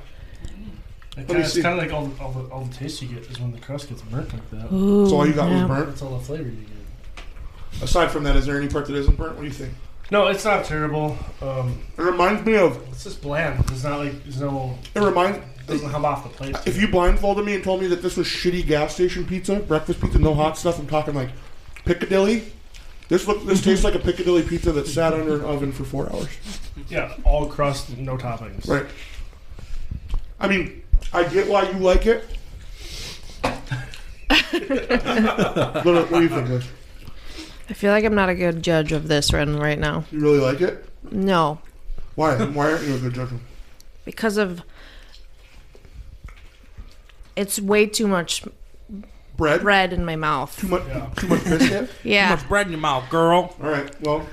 B: It
A: me
B: kinda, it's
A: see.
B: kind of like all, all, the, all the taste you get is when the crust gets burnt like that.
E: Ooh,
A: That's all you got
E: yeah.
A: was burnt.
B: That's all the flavor you get.
A: Aside from that, is there any part that isn't burnt? What do you think?
B: No, it's not terrible. Um,
A: It reminds me of
B: it's just bland. It's not like there's no
A: it reminds
B: it doesn't hum off the plate.
A: if you blindfolded me and told me that this was shitty gas station pizza, breakfast pizza, no hot stuff, I'm talking like Piccadilly. This look this tastes like a Piccadilly pizza that sat under an oven for four hours.
B: Yeah, all crust, no toppings.
A: Right. I mean, I get why you like
C: <laughs>
A: it. what, what do you think, Liz?
E: I feel like I'm not a good judge of this one right now.
A: You really like it?
E: No,
A: Why? Why aren't you a good judge?
E: because of It's way too much
A: Bread?
E: bread in my mouth.
A: Too much, too much biscuit?
E: Yeah.
C: Too much bread in your mouth, girl.
A: All right. Well,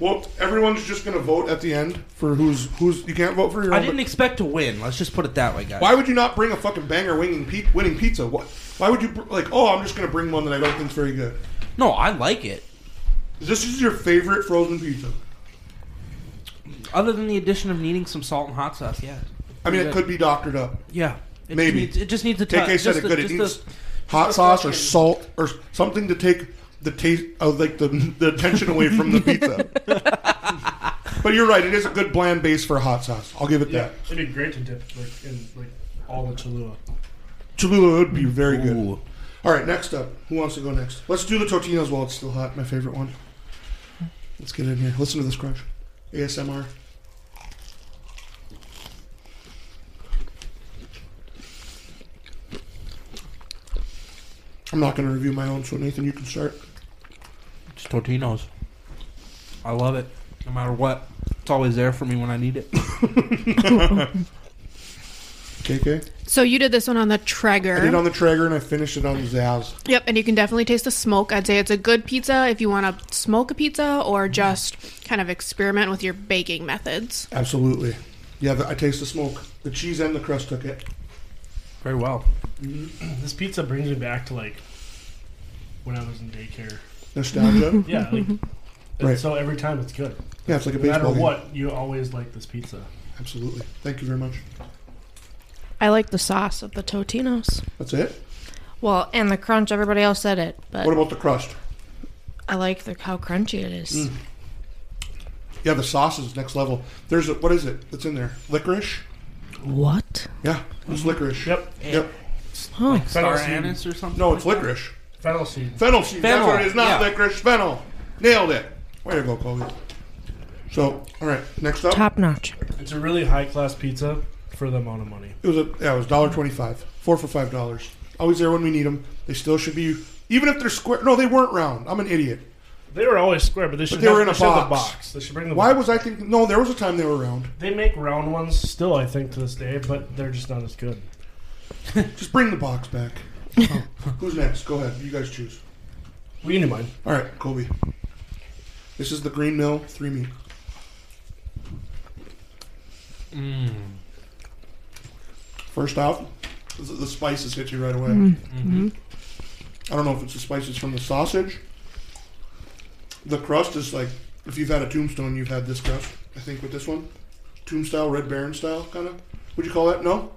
A: well, everyone's just going to vote at the end for who's who's. You can't vote for your.
C: I
A: own,
C: didn't expect to win. Let's just put it that way, guys.
A: Why would you not bring a fucking banger winning, pe- winning pizza? What? Why would you br- like? Oh, I'm just going to bring one that I don't think's very good.
C: No, I like it.
A: This is your favorite frozen pizza.
C: Other than the addition of needing some salt and hot sauce, yeah,
A: I mean, it could be doctored up.
C: yeah. It
A: Maybe.
C: just needs, it just needs a touch.
A: KK said
C: just
A: it
C: the-
A: good. It
C: just
A: needs
C: the-
A: hot sauce or
C: fucking-
A: salt or something to take the taste of like the the tension away from the
C: <laughs>
A: pizza. but you're right. It is a good bland base for hot sauce. I'll give it
B: Yeah,
A: that.
B: it'd be great to dip like in like all the Cholula.
A: Cholula would be very good.
C: Ooh.
A: All right, next up. Who wants to go next? Let's do the Totino's while it's still hot. My favorite one. Let's get in here. Listen to this crunch. ASMR. I'm not going to review my own, so Nathan, you can start.
C: It's Totino's. I love it, no matter what. It's always there for me when I need it.
A: KK.
F: So you did this one on the
A: I did it
F: Traeger.
A: on the Traeger and I finished it on the Zaz.
F: yep, and you can definitely taste the smoke. I'd say it's a good pizza if you want to smoke a pizza or
A: Mm-hmm.
F: just kind of experiment with your baking methods.
A: Absolutely. Yeah, the, I taste the smoke. The cheese and the crust took it.
C: Very well.
B: This pizza brings me back to like when I was in daycare.
A: Nostalgia.
B: <laughs> Yeah, like
A: Right.
B: so every time it's good.
A: yeah, it's like a
B: No matter
A: baseball game.
B: what, you always like this pizza.
A: Absolutely. Thank you very much.
E: I like the sauce of the Totinos.
A: That's it.
E: Well, and the crunch. Everybody else said it, but
A: What about the crust?
E: I like the how crunchy it is.
A: Yeah, the sauce is next level. There's a, what is it that's in there? Licorice? Mm.
E: What?
A: Yeah,
C: Mm-hmm.
A: it's licorice.
B: Yep.
A: Yep.
E: Oh,
C: Star
B: seed.
C: anise or something.
A: No, it's licorice.
B: Fennel seed.
A: Fennel seed. That's
C: Fennel,
A: what it is. Not
C: yeah.
A: licorice. Fennel. Nailed it. Way to go, Colby. So, all right. Next up,
E: Top notch.
B: It's a really high class pizza for the amount of money.
A: it was a yeah, it was dollar twenty-five. Four for five dollars. Always there when we need them. They still should be, even if they're square. No, they weren't round. I'm an idiot.
B: They were always square, but they should
A: they
B: have-
A: were in a
B: should have
A: box.
B: The box. They should bring the
A: Why
B: box.
A: was I thinking? No, there was a time they were round.
B: They make round ones still, I think, to this day, but they're just not as good.
A: Just bring the box
C: <laughs>
A: back. Who's next? Go ahead. You guys choose.
B: We knew mine.
A: All right, Colby. This is the Green Mill three meat.
C: Mm-hmm.
A: First out, the- the spices hit you right away.
C: Mm-hmm.
A: I don't know if it's the spices from the sausage. The crust is like if you've had a tombstone, you've had this crust. I think with this one, tomb style, Red Baron style, kind of. Would you call that? No.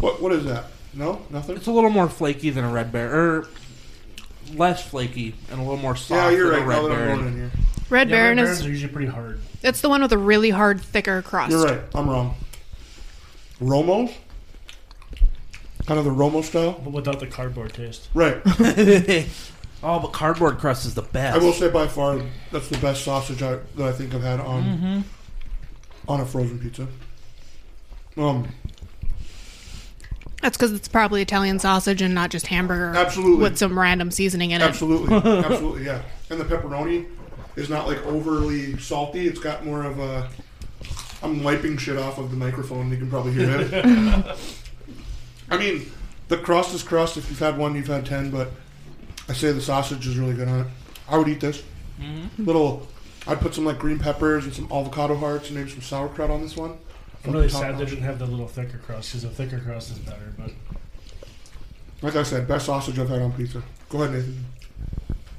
A: What What is that? No, nothing.
C: It's a little more flaky than a red bear, or less flaky and a little more soft.
A: Yeah, you're
C: than
A: right.
C: A
A: Now
C: red
A: that I'm
C: Baron.
A: going in here,
F: Red
B: Yeah,
F: Baron
B: Red
F: is
B: Barons are usually pretty hard.
F: it's the one with a really hard, thicker crust.
A: you're right. I'm wrong. Romo's, kind of the Romo style.
B: But without the cardboard taste.
A: Right.
C: <laughs> oh, but cardboard crust is the best.
A: I will say by far that's the best sausage I, that I think I've had on on a frozen pizza. Um,
F: That's because it's probably Italian sausage and not just hamburger
A: Absolutely.
F: with some random seasoning in it.
A: absolutely, absolutely, yeah. And the pepperoni is not like overly salty. It's got more of a. I'm wiping shit off of the microphone. You can probably hear it. I mean, the crust is crust. If you've had one, you've had ten. But I say the sausage is really good on it. I would eat this. Little, I'd put some like green peppers and some avocado hearts and maybe some sauerkraut on this one.
B: I'm really
A: Top
B: sad they
A: notch.
B: didn't have the little thicker crust because the thicker crust is better. But
A: Like I said, best sausage I've had on pizza. Go ahead,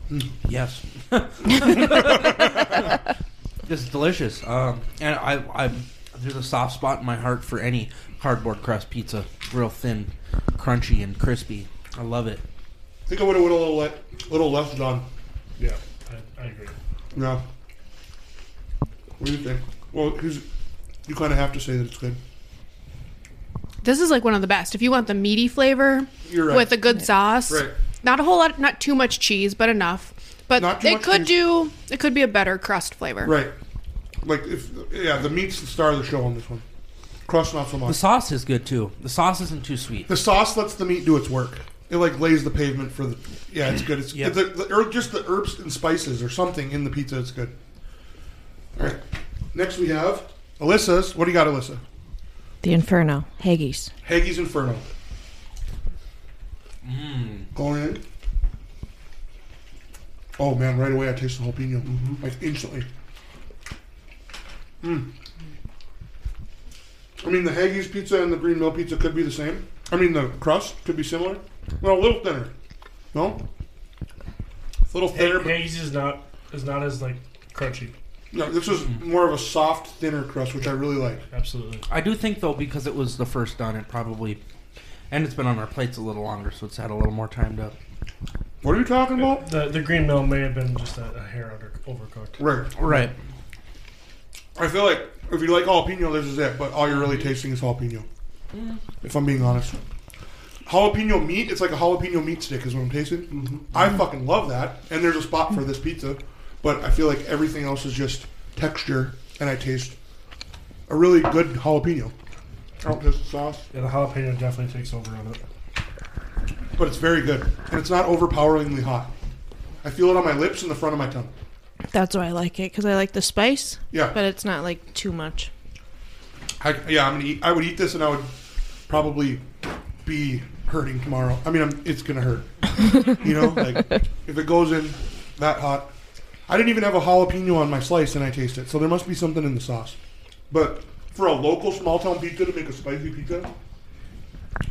A: Nathan.
C: Yes. this is delicious. Um, and I, I, there's a soft spot in my heart for any cardboard crust pizza. Real thin, crunchy, and crispy. I love it.
A: I think I would have went a little, le- little less done.
B: yeah, I, I agree.
A: Yeah. What do you think? Well, 'cause you kind of have to say that it's good.
F: This is like one of the best. If you want the meaty flavor
A: You're right.
F: with a good sauce,
A: Right.
F: not a whole lot, not too much cheese, but enough. But
A: Not too
F: it
A: much
F: could
A: cheese.
F: do. It could be a better crust flavor.
A: Right. Like if yeah, the meat's the star of the show on this one. Crust not so
C: The
A: much.
C: sauce is good too. The sauce isn't too sweet.
A: The sauce lets the meat do its work. It like lays the pavement for the. Yeah, it's good. It's
C: Yeah.
A: the, the or just the herbs and spices or something in the pizza. It's good. All right. Next we have Alyssa's. What do you got, Alyssa?
E: The Inferno. Haggis.
A: Haggie's Inferno.
C: Mm.
A: Going in. Oh man, right away I taste the jalapeno. Like instantly. Mm-hmm. Mm. I mean, the Haggis pizza and the green mill pizza could be the same. I mean, the crust could be similar. No, a little thinner. No? A little thinner, but
B: Haggis is not is not as like crunchy.
A: no, this is more of a soft, thinner crust, which I really like.
B: Absolutely.
C: I do think though because it was the first done, it probably, and it's been on our plates a little longer, so it's had a little more time to.
A: What are you talking about?
B: The the green mill may have been just a, a hair under overcooked.
A: Right.
C: Right.
A: I feel like if you like jalapeno, this is it. But all you're really tasting is jalapeno. If I'm being honest, jalapeno meat. It's like a jalapeno meat stick is what I'm tasting. I fucking love that. And there's a spot for this pizza, but I feel like everything else is just texture, and I taste a really good jalapeno. I don't taste the sauce,
B: Yeah, the jalapeno definitely takes over on it.
A: but it's very good, and it's not overpoweringly hot. I feel it on my lips and the front of my tongue.
E: That's why I like it because I like the spice,
A: Yeah,
E: but it's not like too much.
A: I, yeah, I'm gonna eat. I would eat this, and I would probably be hurting tomorrow. I mean, I'm, it's gonna hurt. you know, like if it goes in that hot. I didn't even have a jalapeno on my slice, and I taste it. So there must be something in the sauce. But for a local small town pizza to make a spicy pizza,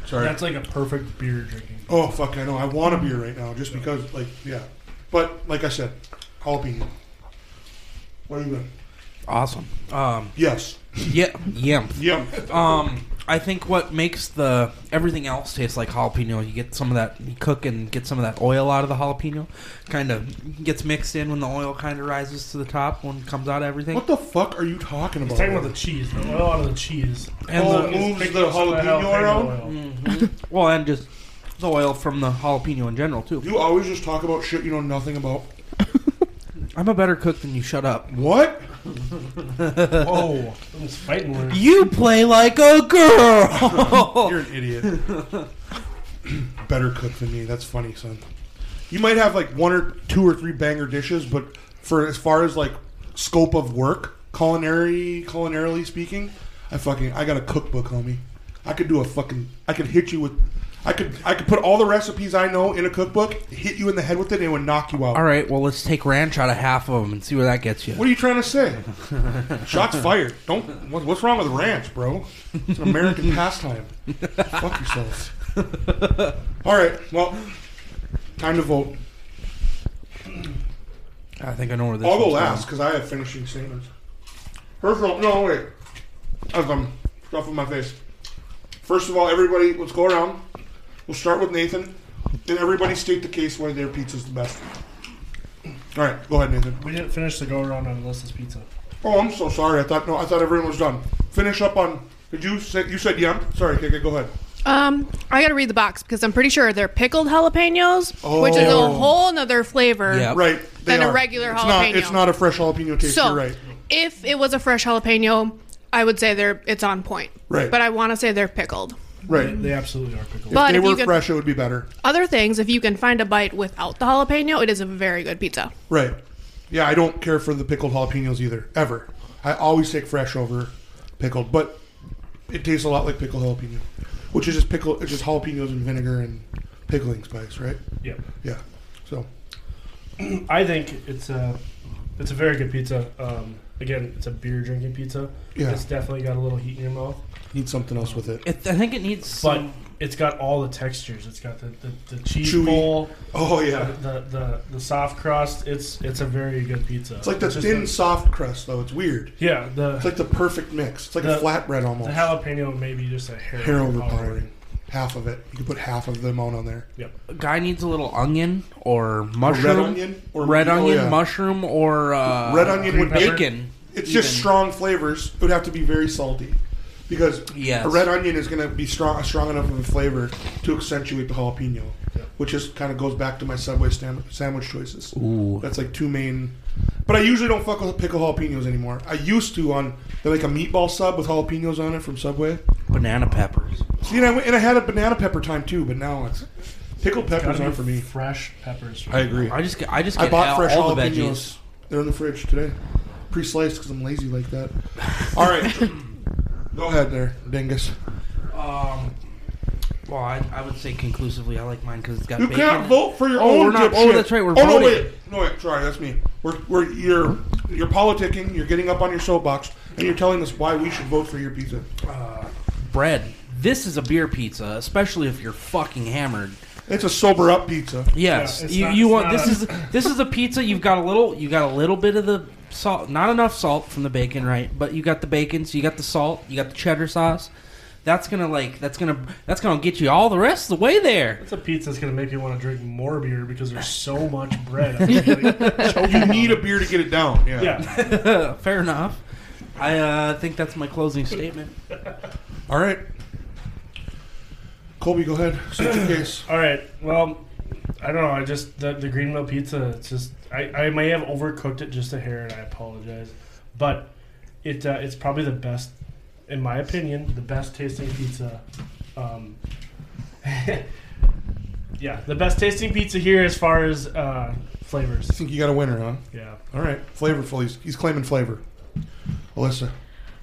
A: sorry.
B: That's like a perfect beer drinking.
A: oh fuck, I know. I want a beer right now just because, like, yeah. But like I said, jalapeno. What are you doing?
C: Awesome. Um.
A: Yes.
C: Yeah. Yeah.
A: Yum.
C: Um, I think what makes the everything else taste like jalapeno, you get some of that you cook and get some of that oil out of the jalapeno, kind of gets mixed in when the oil kind of rises to the top when it comes out of everything.
A: What the fuck are you talking about?
B: He's talking about the cheese, the oil out of the cheese.
C: And
A: Oh,
C: the-
B: It's
A: moves
B: picking
A: the
B: up some of
A: jalapeno around?
B: oil.
C: Mhm. well, and just the oil from the jalapeno in general too.
A: You always just talk about shit you know nothing about.
C: I'm a better cook than you. Shut up.
A: What? <laughs>
B: Whoa, those fighting words.
C: You play like a girl. Oh.
A: You're an idiot. Better cook than me. That's funny, son. You might have like one or two or three banger dishes, but for as far as like scope of work, culinary, culinarily speaking, I fucking I got a cookbook, homie. I could do a fucking. I could hit you with. I could I could put all the recipes I know in a cookbook, hit you in the head with it, and it would knock you out.
C: <laughs> All right. Well, let's take ranch out of half of them and see where that gets you.
A: What are you trying to say? Shots fired. Don't. What, what's wrong with ranch, bro? It's an American pastime. Fuck yourself. All right. Well, time to vote.
C: I think I know where this.
A: I'll go
C: one's going.
A: last because I have finishing statements. First of all, no wait. As I'm stuffing my face. First of all, everybody, let's go around. We'll start with Nathan, and everybody state the case why their pizza's the best. All right, go ahead, Nathan.
B: We didn't finish the go around on Alyssa's pizza.
A: Oh, I'm so sorry. I thought no. I thought everyone was done. Finish up on. Did you say you said yum? Sorry, KK, go ahead.
F: Um, I gotta read the box because I'm pretty sure they're pickled jalapenos, which is a
A: Oh.
F: whole nother flavor.
C: Yeah.
A: Right.
F: Than a
A: are.
F: regular
A: it's Not,
F: jalapeno.
A: it's not a fresh jalapeno taste.
F: So,
A: You're right.
F: if it was a fresh jalapeno, I would say they're it's on point.
A: Right.
F: But I want to say they're pickled.
A: Right.
B: They absolutely are pickled.
A: if
F: But
A: they
F: if
A: were
F: you can-
A: fresh, it would be better.
F: Other things, if you can find a bite without the jalapeno, it is a very good pizza.
A: Right. Yeah, I don't care for the pickled jalapenos either. Ever. I always take fresh over pickled, but it tastes a lot like pickled jalapeno, which is just pickle. It's just jalapenos and vinegar and pickling spice, right?
B: Yep.
A: Yeah. So
B: I think it's a it's a very good pizza. Um, again, it's a beer drinking pizza.
A: Yeah.
B: It's definitely got a little heat in your mouth,
A: need something else with it.
C: It, I think it needs
B: but
C: some.
B: it's got all the textures. It's got the the, the cheese
A: Chewy.
B: bowl,
A: Oh yeah.
B: the, the the soft crust. It's it's a very good pizza.
A: It's like the
B: just
A: thin,
B: a-
A: soft crust, though. It's weird.
B: yeah, the
A: It's like the perfect mix. It's like a
B: The-
A: flatbread
B: the
A: almost.
B: jalapeno may be just a hair,
A: Hair overpowering. Half of it. You can put half of the amount on there.
C: guy needs a little onion or
A: Or
C: mushroom.
A: red onion or
C: red
A: oh,
C: onion,
A: yeah.
C: mushroom, or uh,
A: Red onion
B: green
A: would
B: pepper.
C: bacon.
A: It's
C: even.
A: just strong flavors. It would have to be very salty, because
C: Yes.
A: a red onion is going to be strong, strong enough of a flavor to accentuate the jalapeno, which just kind of goes back to my Subway stam- sandwich choices.
C: Ooh.
A: That's like two main. But I usually don't fuck with pickle jalapenos anymore. I used to on like a meatball sub with jalapenos on it from Subway.
C: Banana peppers.
A: See, and I, went- and I had a banana pepper time too, but now it's pickled peppers
B: Gotta
A: aren't
B: be
A: for me.
B: Fresh peppers.
A: agree.
C: I just get, I just
A: I
C: get
A: bought
C: all,
A: fresh
C: all the
A: jalapenos.
C: veggies.
A: They're in the fridge today, pre-sliced because I'm lazy like
C: <laughs>
A: that. All right, go ahead there, dingus.
C: Um, Well, I, I would say conclusively, I like mine because it's got
A: You
C: bacon.
A: can't vote for your
C: Oh,
A: own
C: we're not-
A: dipshit.
C: oh, that's right, we're
A: oh, no,
C: voting.
A: wait. No, wait. Sorry, that's me. We're, we're, you're, you're politicking. You're getting up on your soapbox, and you're telling us why we should vote for your pizza.
C: bread. This is a beer pizza, especially if you're fucking hammered.
A: It's a sober up
C: <laughs>
A: pizza.
C: Yes,
B: Yeah, it's
C: you,
B: not-
C: you
B: it's
C: want
B: not
C: this is this is a pizza. You've got a little, you got a little bit of the salt, not enough salt from the bacon, right? But you got the bacon, so you got the salt, you got the cheddar sauce. That's gonna like, that's gonna, that's gonna get you all the rest of the way there. <laughs>
B: It's a pizza that's going to make you want to drink more beer because there's so much bread. I'm like choking
A: You
B: on
A: need a
B: it.
A: beer to get it down. Yeah.
B: Yeah.
C: Fair enough. I uh, think that's my closing statement.
A: All right. Colby, go ahead. State
C: <clears throat>
A: your case.
B: All right. Well, I don't know. I just the, the green mill pizza. It's just I, I may have overcooked it just a hair, and I apologize. But it uh, it's probably the best, in my opinion, the best tasting pizza. Um, <laughs> yeah, the best tasting pizza here as far as uh,
A: I
B: flavors.
A: think you got a winner, huh?
B: Yeah.
A: All right. Flavorful. He's, he's claiming flavor. Alyssa.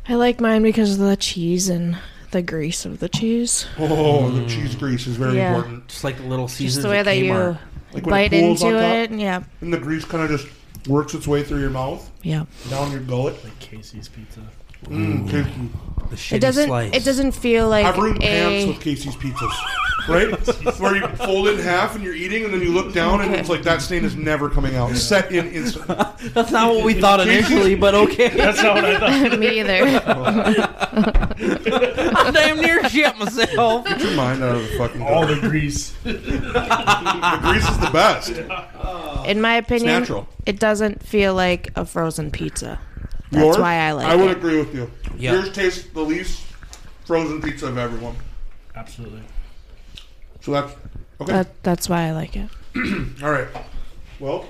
E: I like mine because of the cheese and the grease of the cheese.
A: Oh,
B: Mm.
A: the cheese grease is very
E: Yeah.
A: important.
C: Just like the little Caesars.
E: Just the way
C: at
E: that
C: Kmart.
E: you
A: Like when
E: bite
A: it pools on
E: into
A: top,
E: it. Yeah.
A: and the grease kind of just works its way through your mouth,
E: Yeah.
A: down your gullet.
B: Like Casey's pizza.
A: Mm, tasty.
C: the shitty
E: It doesn't
C: slice.
E: it doesn't feel like
A: I've ruined pants
E: a
A: with Casey's pizzas.
B: <laughs>
A: Right? Where you fold it in half and you're eating, and then you look down, and it's like that stain is never coming out. Set in instantly.
C: That's not what we thought initially, but okay. <laughs>
B: That's not what <laughs> I thought.
A: <laughs>
E: <laughs> me either.
C: I damn near shit myself.
A: Get your mind out of the fucking
B: All
A: gullet.
B: the grease.
A: The grease
B: <laughs>
A: is the best.
E: In my
A: It's
E: opinion,
A: natural.
E: it doesn't feel like a frozen pizza. That's
A: Yours?
E: why I like
A: I would
E: it.
A: agree with you.
C: Yeah.
A: Yours tastes the least frozen pizza of everyone.
B: Absolutely.
A: So that's okay.
E: That, that's why I like it.
A: All right. Well,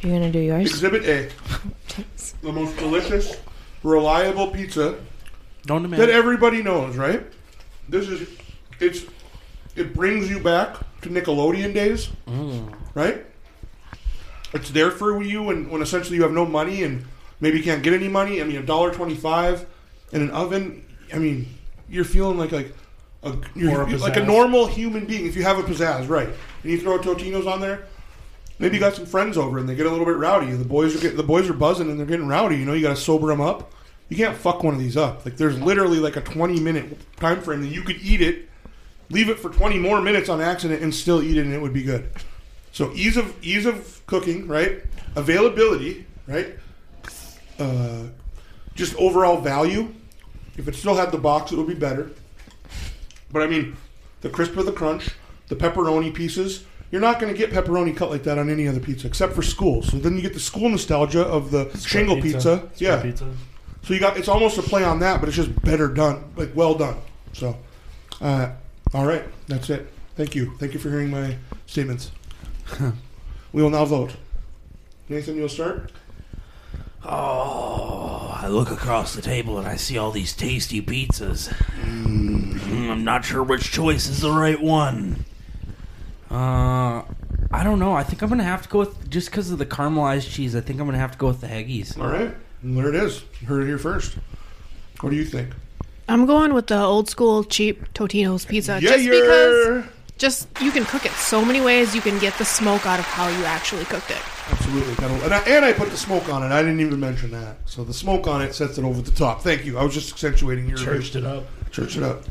E: You're gonna do yours?
A: Exhibit A. The most delicious, reliable pizza
C: Don't
A: that
C: demand.
A: everybody knows, right? This is it's it brings you back to Nickelodeon days, right? It's there for you when, when essentially you have no money and maybe you can't get any money. I mean, a dollar twenty-five in an oven. I mean, you're feeling like like a, you're,
B: Or a
A: you're like a
B: pizzazz.
A: normal human being if you have a pizzazz, right? And you throw Totino's on there. Maybe you got some friends over and they get a little bit rowdy. The boys are get, the boys are buzzing and they're getting rowdy. You know, you got to sober them up. You can't fuck one of these up. Like there's literally like a 20 minute time frame that you could eat it, leave it for 20 more minutes on accident, and still eat it, and it would be good. So ease of ease of cooking, right? Availability, right? Uh, just overall value. If it still had the box, it would be better. But I mean, the crisp of the crunch, the pepperoni pieces. You're not going to get pepperoni cut like that on any other pizza, except for school. So then you get the school nostalgia of the shingle pizza.
B: Square
A: Yeah.
B: Pizza.
A: So you got it's almost a play on that, but it's just better done, like well done. So, uh, all right, that's it. Thank you. Thank you for hearing my
B: <laughs>
A: statements. we will now vote. Nathan, you'll start.
C: Oh, I look across the table and I see all these tasty pizzas. Mm, I'm not sure which choice is the right one. Uh, I don't know. I think I'm gonna have to go with just because of the caramelized cheese. I think I'm gonna have to go with the Heggies.
A: All right, and there it is. You heard it here first. What do you think?
F: I'm going with the old school cheap Totino's pizza Uh, just
A: you're-
F: because just you can cook it so many ways. You can get the smoke out of how you actually cooked it.
A: absolutely. Got a- and, I, and I put the smoke on it. I didn't even mention that. So the smoke on it sets it over the top. Thank you. I was just accentuating your
B: Churched it up.
A: Church it up.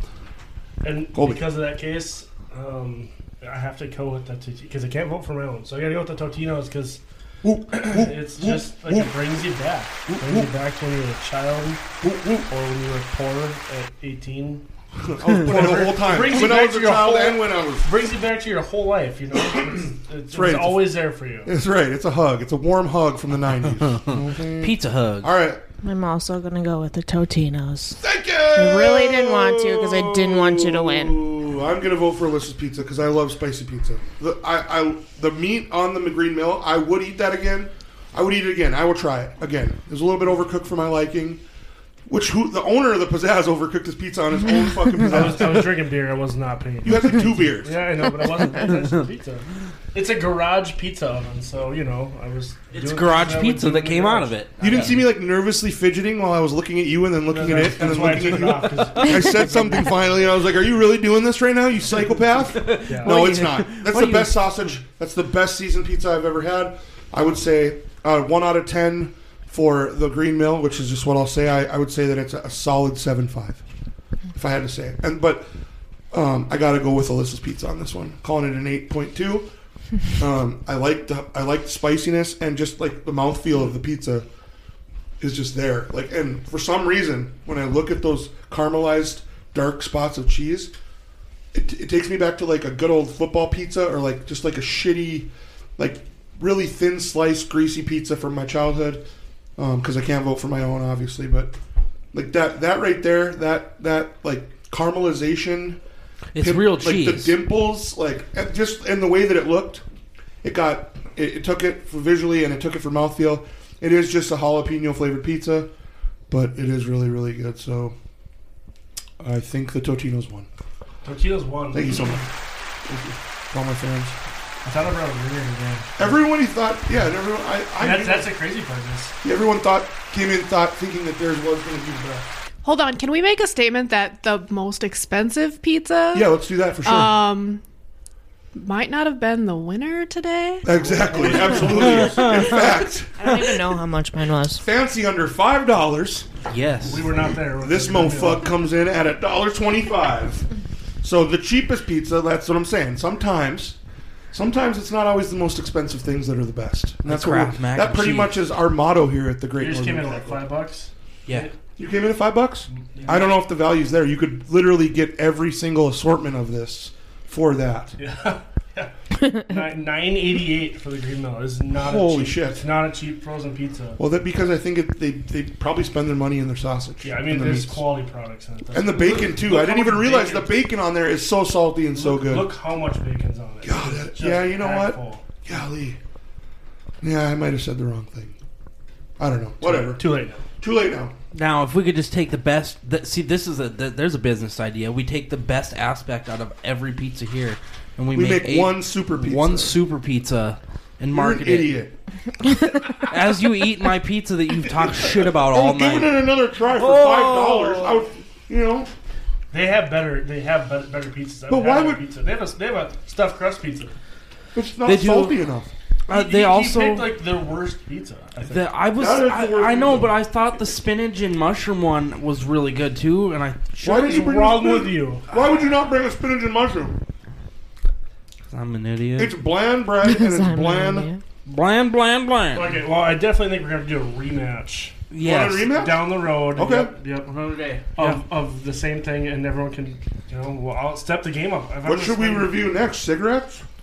B: And
A: Colby.
B: because of that case, um, I have to go with the because I can't vote for my own. So I got to go with the Totinos because
A: Whoop, whoop,
B: it's
A: whoop,
B: just like
A: whoop,
B: it brings you back.
A: Whoop,
B: brings
A: whoop.
B: you back to when you were a child
A: whoop, whoop.
B: or when you were poor at 18.
A: I was poor the whole time.
B: Brings you
A: When I
B: back
A: was
B: to
A: a
B: your
A: child
B: whole-
A: and when I was
B: Brings you back to your whole life, you know? It's, it's, it's
A: right.
B: always there for you.
A: It's right. It's a hug. It's a warm hug from the 90s.
C: Pizza hug.
A: All right.
E: I'm also gonna go with the Totinos.
A: Thank you.
E: I really didn't want to 'cause I didn't want you to win.
A: Ooh, I'm going to vote for Alyssa's pizza because I love spicy pizza. The, I, I, the meat on the McGreen Mill, I would eat that again. I would eat it again. I will try it again. It was a little bit overcooked for my liking. Which who the owner of the pizzazz overcooked his pizza on his
E: <laughs>
A: own fucking
B: I was,
A: pizzazz.
B: I was drinking beer. I was not paying.
A: You had like two beers.
B: Yeah, I know, but I wasn't paying attention to pizza. It's a garage pizza oven, so you know I was.
C: It's
B: doing
C: garage
B: things I would do
C: pizza
B: in
C: that
B: the
C: came out
B: garage.
C: of it.
A: You didn't see me like nervously fidgeting while I was looking at you and then looking at
B: That's-
A: it and
B: that's
A: then
B: why I
A: looking at
B: took it
A: you.
B: off. 'cause-
A: I said something finally, and I was like, "Are you really doing this right now,
E: <laughs>
A: you psychopath?"
B: yeah.
A: No, it's not. That's
C: what
A: the
C: do you-
A: best sausage. That's the best seasoned pizza I've ever had. I would say uh, one out of ten for the Green Mill, which is just what I'll say. I, I would say that it's a solid seven five, if I had to say. it. And but um, I got to go with Alyssa's pizza on this one. Calling it an eight point
C: <laughs>
A: two. Um, I like the I like the spiciness and just like the mouthfeel of the pizza is just there. Like, and for some reason, when I look at those caramelized dark spots of cheese, it, it takes me back to like a good old football pizza or like just like a shitty, like really thin sliced greasy pizza from my childhood. Because I can't vote for my own, obviously, but like that that right there, that that like caramelization,
C: It's
A: pip-
C: real
A: like
C: cheese.
A: the dimples, like and just and the way that it looked, it got it, it took it for visually and it took it for mouthfeel. It is just a jalapeno flavored pizza, but it is really really good. So I think the Totino's won.
B: Tortillas won.
A: Thank you so much. Thank you. For all my fans.
B: I thought I brought a beer again.
A: Everyone he thought, yeah, and everyone, I, I
B: That's that's the crazy part. of This.
A: everyone thought came in thought thinking that theirs was going to be better.
F: Hold on, can we make a statement that the most expensive pizza
A: Yeah, let's do that for sure.
F: um might not have been the winner today?
B: <laughs>
A: exactly, absolutely. in fact,
E: I don't even know how much
A: <laughs>
E: mine was.
A: fancy under five dollars.
C: yes.
B: We were not there.
A: This mofuck comes in at a dollar twenty-five. So the cheapest pizza. That's what I'm saying. Sometimes, sometimes it's not always the most expensive things that are the best. And that's
C: Like Kraft
A: what we
C: mac
A: that
C: and
A: pretty
C: cheese.
A: much is our motto here at the
B: You
A: Great.
B: just
A: Northern
B: came in at like
A: Cafe.
B: five bucks.
C: yeah.
A: You came in at five bucks. I don't know if the value's there. You could literally get every single assortment of this for that.
B: <laughs> Yeah. Nine eighty eight for the green mill. This is not a
A: Holy
B: cheap,
A: shit.
B: It's not a cheap frozen pizza.
A: Well, that because I think it, they they probably spend their money in their sausage.
B: Yeah, I mean
A: and their
B: there's
A: meats.
B: quality products in it. though.
A: and the bacon too.
B: Look
A: I didn't
B: how
A: even
B: much
A: realize
B: bacon-
A: the bacon on there is so salty and so good.
B: Look how much bacon's on it.
A: God, that-
B: It's just
A: yeah, you know
B: packed
A: what?
B: full.
A: Golly, yeah, I might have said the wrong thing. I don't know. Whatever. Too,
B: Too late now.
A: late now.
C: Now, if we could just take the best, th- see, this is a th- there's a business idea. We take the best aspect out of every pizza here, and we,
A: We make
C: eight-
A: one super pizza.
C: one super pizza
A: You're
C: and
A: an
C: market it
A: idiot.
C: as you eat my pizza that you've
A: <laughs>
C: talked shit about
A: I
C: all
A: was giving
C: night.
A: it another try for
C: Oh.
A: five dollars. I would, you know,
B: They have better. They have better, better pizzas. I've
A: But
B: had
A: why
B: their
A: would-
B: pizza? They have a they have a stuffed crust pizza.
A: it's not
C: They do-
A: salty enough.
C: Uh,
B: He-
C: they
B: he
C: also
B: picked, like their worst pizza. I think.
C: the, I was
A: That is the worst
C: I, I know,
A: pizza.
C: but I thought the spinach and mushroom one was really good too, and I
A: Why
B: What
A: did
B: is
A: you bring
B: wrong
A: this
B: with
A: food?
B: you?
A: Why would you not bring a spinach and mushroom?
C: I'm an idiot.
A: It's bland bread <laughs> and it's
E: I'm
A: bland.
E: not an
C: bland, bland, bland.
B: Okay, well, I definitely think we're gonna do a rematch
A: Want a
C: yes.
A: rematch?
B: down the road.
A: Okay.
B: Yep. yep.
C: Another day. Oh. Yeah.
B: Of, of the same thing, and everyone can, you know, well, I'll step the game up. I've
A: What
B: always
A: should we
B: been-
A: review next? Cigarettes?
C: <laughs>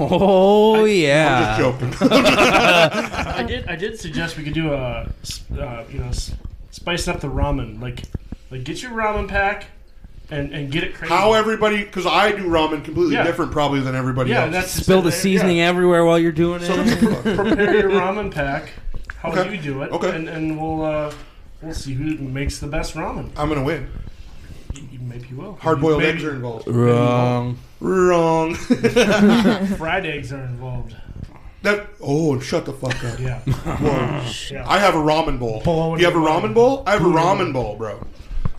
C: Oh
A: I'm
B: Uh,
C: yeah.
A: just joking.
B: <laughs> I did. I did suggest we could do a, s- uh, you know, s- spicing up the ramen. Like, like get your ramen pack, and and get it crazy.
A: How everybody? Because I do ramen completely
B: Yeah.
A: different, probably than everybody
B: yeah,
A: else.
B: that's just
C: Spill
B: it.
C: the
B: Yeah.
C: seasoning everywhere while you're doing <laughs> it.
A: so <laughs> that's
B: <laughs>
A: a pro-
B: prepare your ramen pack. How
A: Okay.
B: you do it,
A: Okay.
B: and and we'll uh, we'll see who makes the best ramen.
A: I'm gonna win.
B: You- you- Maybe you will.
A: Hard-boiled
B: Maybe
A: eggs are involved.
C: Wrong.
A: Wrong. <laughs>
B: Fried eggs are involved.
A: that. Oh, shut the fuck
B: <laughs>
A: up.
B: Yeah.
A: Whoa.
B: yeah.
A: I have a ramen bowl.
B: Bologna
A: you have a ramen
B: ramen.
A: bowl? I have a ramen bowl, bro.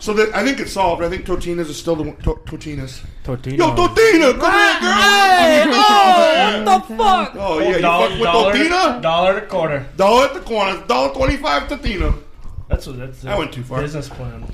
A: So that I think it's solved. I think Totina's is still the one- to- Totina's.
C: Tortilla.
A: Yo, Totina, come here, <laughs> girl.
B: Oh,
E: idiot. What the fuck?
A: Oh yeah, you
B: dollar,
A: fuck with
B: dollar,
A: Totina?
B: dollar and a quarter.
A: Dollar at the corner, dollar twenty-five Totina.
B: That's what that's.
A: I went too far.
B: Business plan.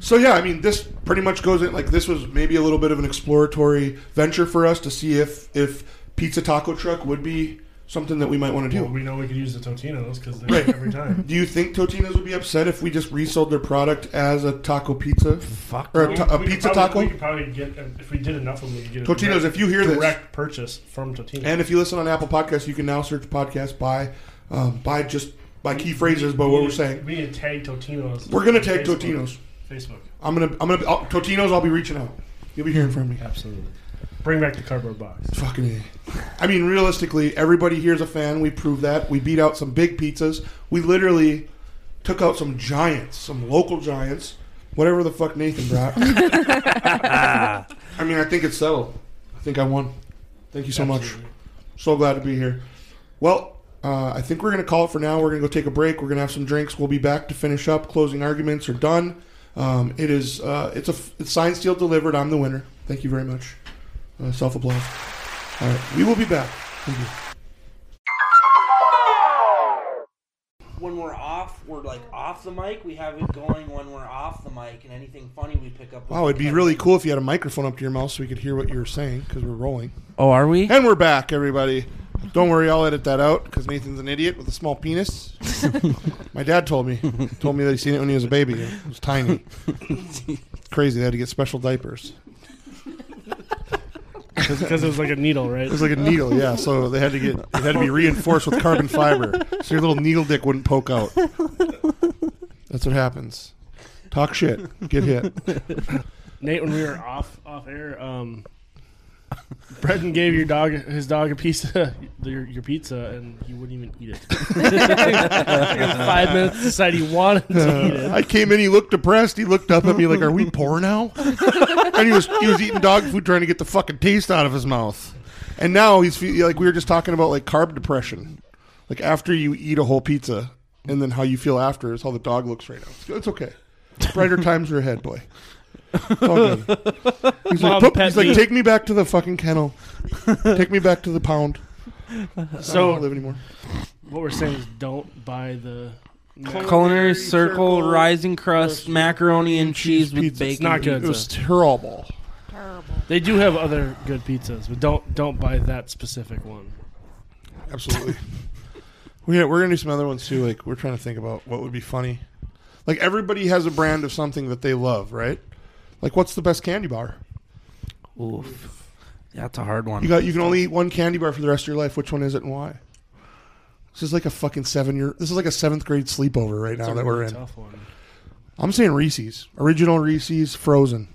A: So yeah, I mean, this pretty much goes in like this was maybe a little bit of an exploratory venture for us to see if if pizza taco truck would be something that we might want to
B: Well,
A: do.
B: we know we could use the Totinos because they
A: Right.
B: every time.
A: Do you think Totina's would be upset if we just resold their product as a taco pizza
C: Fuck.
A: <laughs> or a, ta- a
B: We could
A: pizza
B: probably-
A: taco?
B: We could probably get uh, if we did enough of them. We could get a
A: Totino's, if
B: direct,
A: you hear this,
B: direct purchase from Totino's.
A: and if you listen on Apple Podcasts, you can now search podcast by um, by just by key phrases. But what we're saying,
B: we need to tag Totino's.
A: we're gonna tag
B: Facebook.
A: Totino's.
B: Facebook.
A: I'm gonna I'm gonna I'll, Totino's. I'll be reaching out. You'll be hearing from me.
B: Absolutely. Bring back the cardboard box.
A: Fucking A. I mean, realistically, everybody here's a fan. We proved that. We beat out some big pizzas. We literally took out some giants, some local giants, whatever the fuck Nathan brought. I mean, I think it's settled. I think I won. Thank you so much. So glad to be here. Well, uh, I think we're going to call it for now. We're going to go take a break. We're going to have some drinks. We'll be back to finish up. Closing arguments are done. Um, it is. Uh, it's a. It's signed, sealed, delivered. I'm the winner. Thank you very much. Uh, Self applause. All right, we will be back. Thank you.
C: When we're off, we're like off the mic. We have it going when we're off the mic, and anything funny we pick up.
A: Wow, it'd be really cool if you had a microphone up to your mouth so we could hear what you were saying because we're rolling.
C: Oh, are we?
A: And we're back, everybody. Don't worry, I'll edit that out because Nathan's an idiot with a small penis. My dad told me. Told me that he seen it when he was a baby. It was tiny. Crazy. They had to get special diapers.
B: because it was like a needle, right?
A: It was like a needle, yeah. So they had to get it had to be reinforced with carbon fiber, so your little needle dick wouldn't poke out. That's what happens. Talk shit, get hit.
B: Nate, when we <laughs> were off off air, um, Breton gave your dog his dog a piece of <laughs> your, your pizza, and he wouldn't even eat it. <laughs> In five minutes, decided he wanted to eat
A: Uh, I
B: it.
A: came in. He looked depressed. He looked up at me like, "Are we poor now?" and he was he was eating dog food, trying to get the fucking taste out of his mouth. And now he's fe- like we were just talking about like carb depression, like after you eat a whole pizza, and then how you feel after is how the dog looks right now. It's, it's okay. Brighter times are ahead, boy. It's all good. He's
B: Mom,
A: like, "Put-
B: pet
A: he's like,
B: me."
A: take me back to the fucking kennel. Take me back to the pound. I don't wanna
B: So
A: live anymore.
B: what we're saying is, don't buy the.
C: Culinary Circle, rising crust, macaroni and cheese with
A: pizza.
C: bacon.
A: It's
B: not good.
A: It was terrible.
B: They do have other good pizzas, but don't don't buy that specific one.
A: <laughs> Absolutely. we we're gonna do some other ones too. Like we're trying to think about what would be funny. Like everybody has a brand of something that they love, right? Like what's the best candy bar?
C: Oof. That's a hard one.
A: You got you can only eat one candy bar for the rest of your life. Which one is it and why? This is like a fucking seven year. This is like a seventh grade sleepover right now
B: It's a
A: that we're
B: really
A: in.
B: Tough one.
A: I'm saying Reese's original Reese's frozen.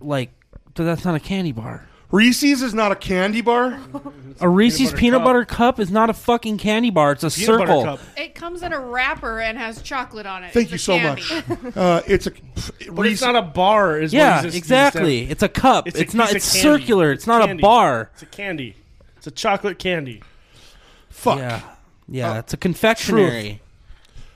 C: like, th- that's not a candy bar.
A: Reese's is not a candy
B: <laughs>
A: bar.
C: A Reese's peanut
B: peanut
C: butter,
B: butter
C: cup is not a fucking candy bar. It's a
B: Peanut butter
C: circle.
B: cup.
F: It comes in a wrapper and has chocolate on it.
A: Thank
F: It's
A: you so
F: a candy.
B: <laughs>
A: much. Uh, it's a
B: But it's
A: Reese's.
B: not a bar. Is what
C: Yeah,
B: he's just- he's
C: exactly.
B: just-
C: It's a cup. It's,
B: It's a
C: not.
B: piece of
C: It's
B: candy.
C: circular. It's not
B: Candy.
C: a bar.
B: It's a candy. It's a chocolate candy.
A: fuck.
C: Yeah, yeah. it's a confectionery.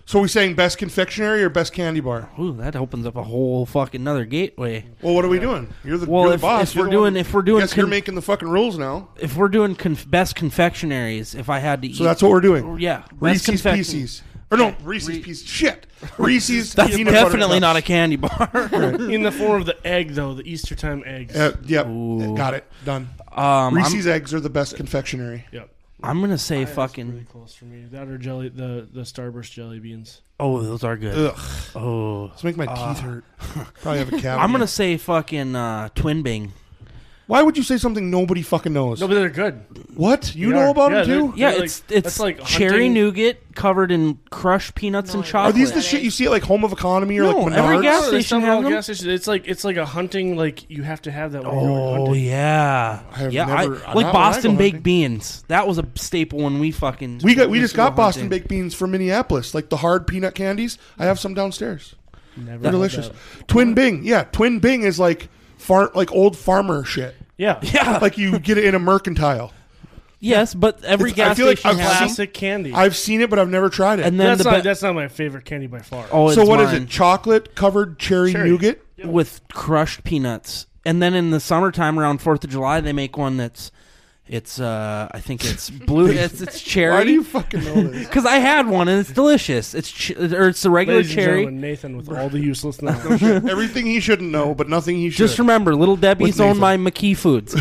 A: So we saying best confectionery or best candy bar?
C: Ooh, that opens up a whole fucking another gateway.
A: Well, what are we doing? You're the,
C: Well,
A: you're the
C: if-
A: boss.
C: if
A: You're
C: we're
A: the one-
C: doing- if we're doing
A: yes, you're
C: con-
A: making the fucking rules now.
C: If we're doing conf- best confectionaries, if I had to,
A: So
C: eat,
A: that's what we're doing.
C: Yeah, best
A: Reese's
C: confection-
A: Pieces, or no, Reese's Pieces.
C: <laughs>
A: Shit, Reese's.
C: That's
A: peanut butter cups.
C: definitely not a candy bar. <laughs> Um,
B: In the form of the egg, though, the Easter time eggs.
A: Uh, yep,
C: Ooh.
A: got it. Done.
C: um, I'm,
A: Reese's eggs are the best confectionery.
B: Yep.
C: I'm gonna say
B: That's
C: fucking.
B: really close for me. That or jelly, the the Starburst jelly beans.
C: Oh, those are good.
A: Ugh,
C: Oh,
A: let's make my teeth
C: <laughs>
A: hurt. Probably have a cavity.
C: I'm gonna say fucking uh, Twin Bing.
A: Why would you say something nobody fucking knows?
B: No, but they're good.
A: what you
B: They
A: know
B: are.
A: about
B: Yeah,
A: them too?
C: Yeah,
B: They're like-
C: it's it's
B: that's like
C: cherry
B: hunting-
C: nougat covered in crushed peanuts
E: No,
C: and
E: I
A: Are
C: chocolate.
E: love
A: these the
E: Chocolate.
A: shit you see at like Home of Economy or
C: No,
A: like
C: every
A: Menards?
C: gas
B: No, there's
C: station
B: some
C: has
B: little
C: them?
B: gas station. It's like it's like a hunting. Like you have to have that. When you're going
C: Oh
B: hunting.
C: yeah,
A: I have
C: yeah.
A: never-
C: I,
A: not when I
C: like
A: go
C: Boston baked
A: hunting.
C: beans. That was a staple when we fucking
A: We got we
C: used
A: just
C: to go
A: got Boston
C: hunting.
A: baked beans from Minneapolis, like the hard peanut candies. I have some downstairs. They're
B: Never had
A: delicious.
B: that.
A: Twin Bing, yeah, Twin Bing is like far like old farmer shit.
B: Yeah.
C: Yeah,
A: Like you get it in a mercantile.
C: yes, but every
A: It's- I
C: gas
A: feel like I've
C: station has.
A: seen-
C: them.
B: Classic candy.
A: I've seen it, but I've never tried it.
C: And then
B: that's
C: the
B: not
C: be-
B: that's not my favorite candy by far.
C: oh,
A: so
C: it's
A: what is
C: mine.
A: it? Chocolate covered cherry,
B: Cherry.
A: nougat.
C: with crushed peanuts. And then in the summertime around Fourth of July, they make one that's it's uh I
B: <laughs>
C: think it's blue. it's it's
A: Why do
C: cherry.
A: you fucking know
C: <laughs>
A: this?
C: Because I had one and it's delicious. It's ch- or it's the regular
B: Ladies and
C: cherry.
B: gentlemen, Nathan with all the useless knowledge.
A: Everything he shouldn't know, but nothing he should.
C: Just remember, Little Debbie's
A: With
C: owned by
B: <laughs>
C: McKee Foods.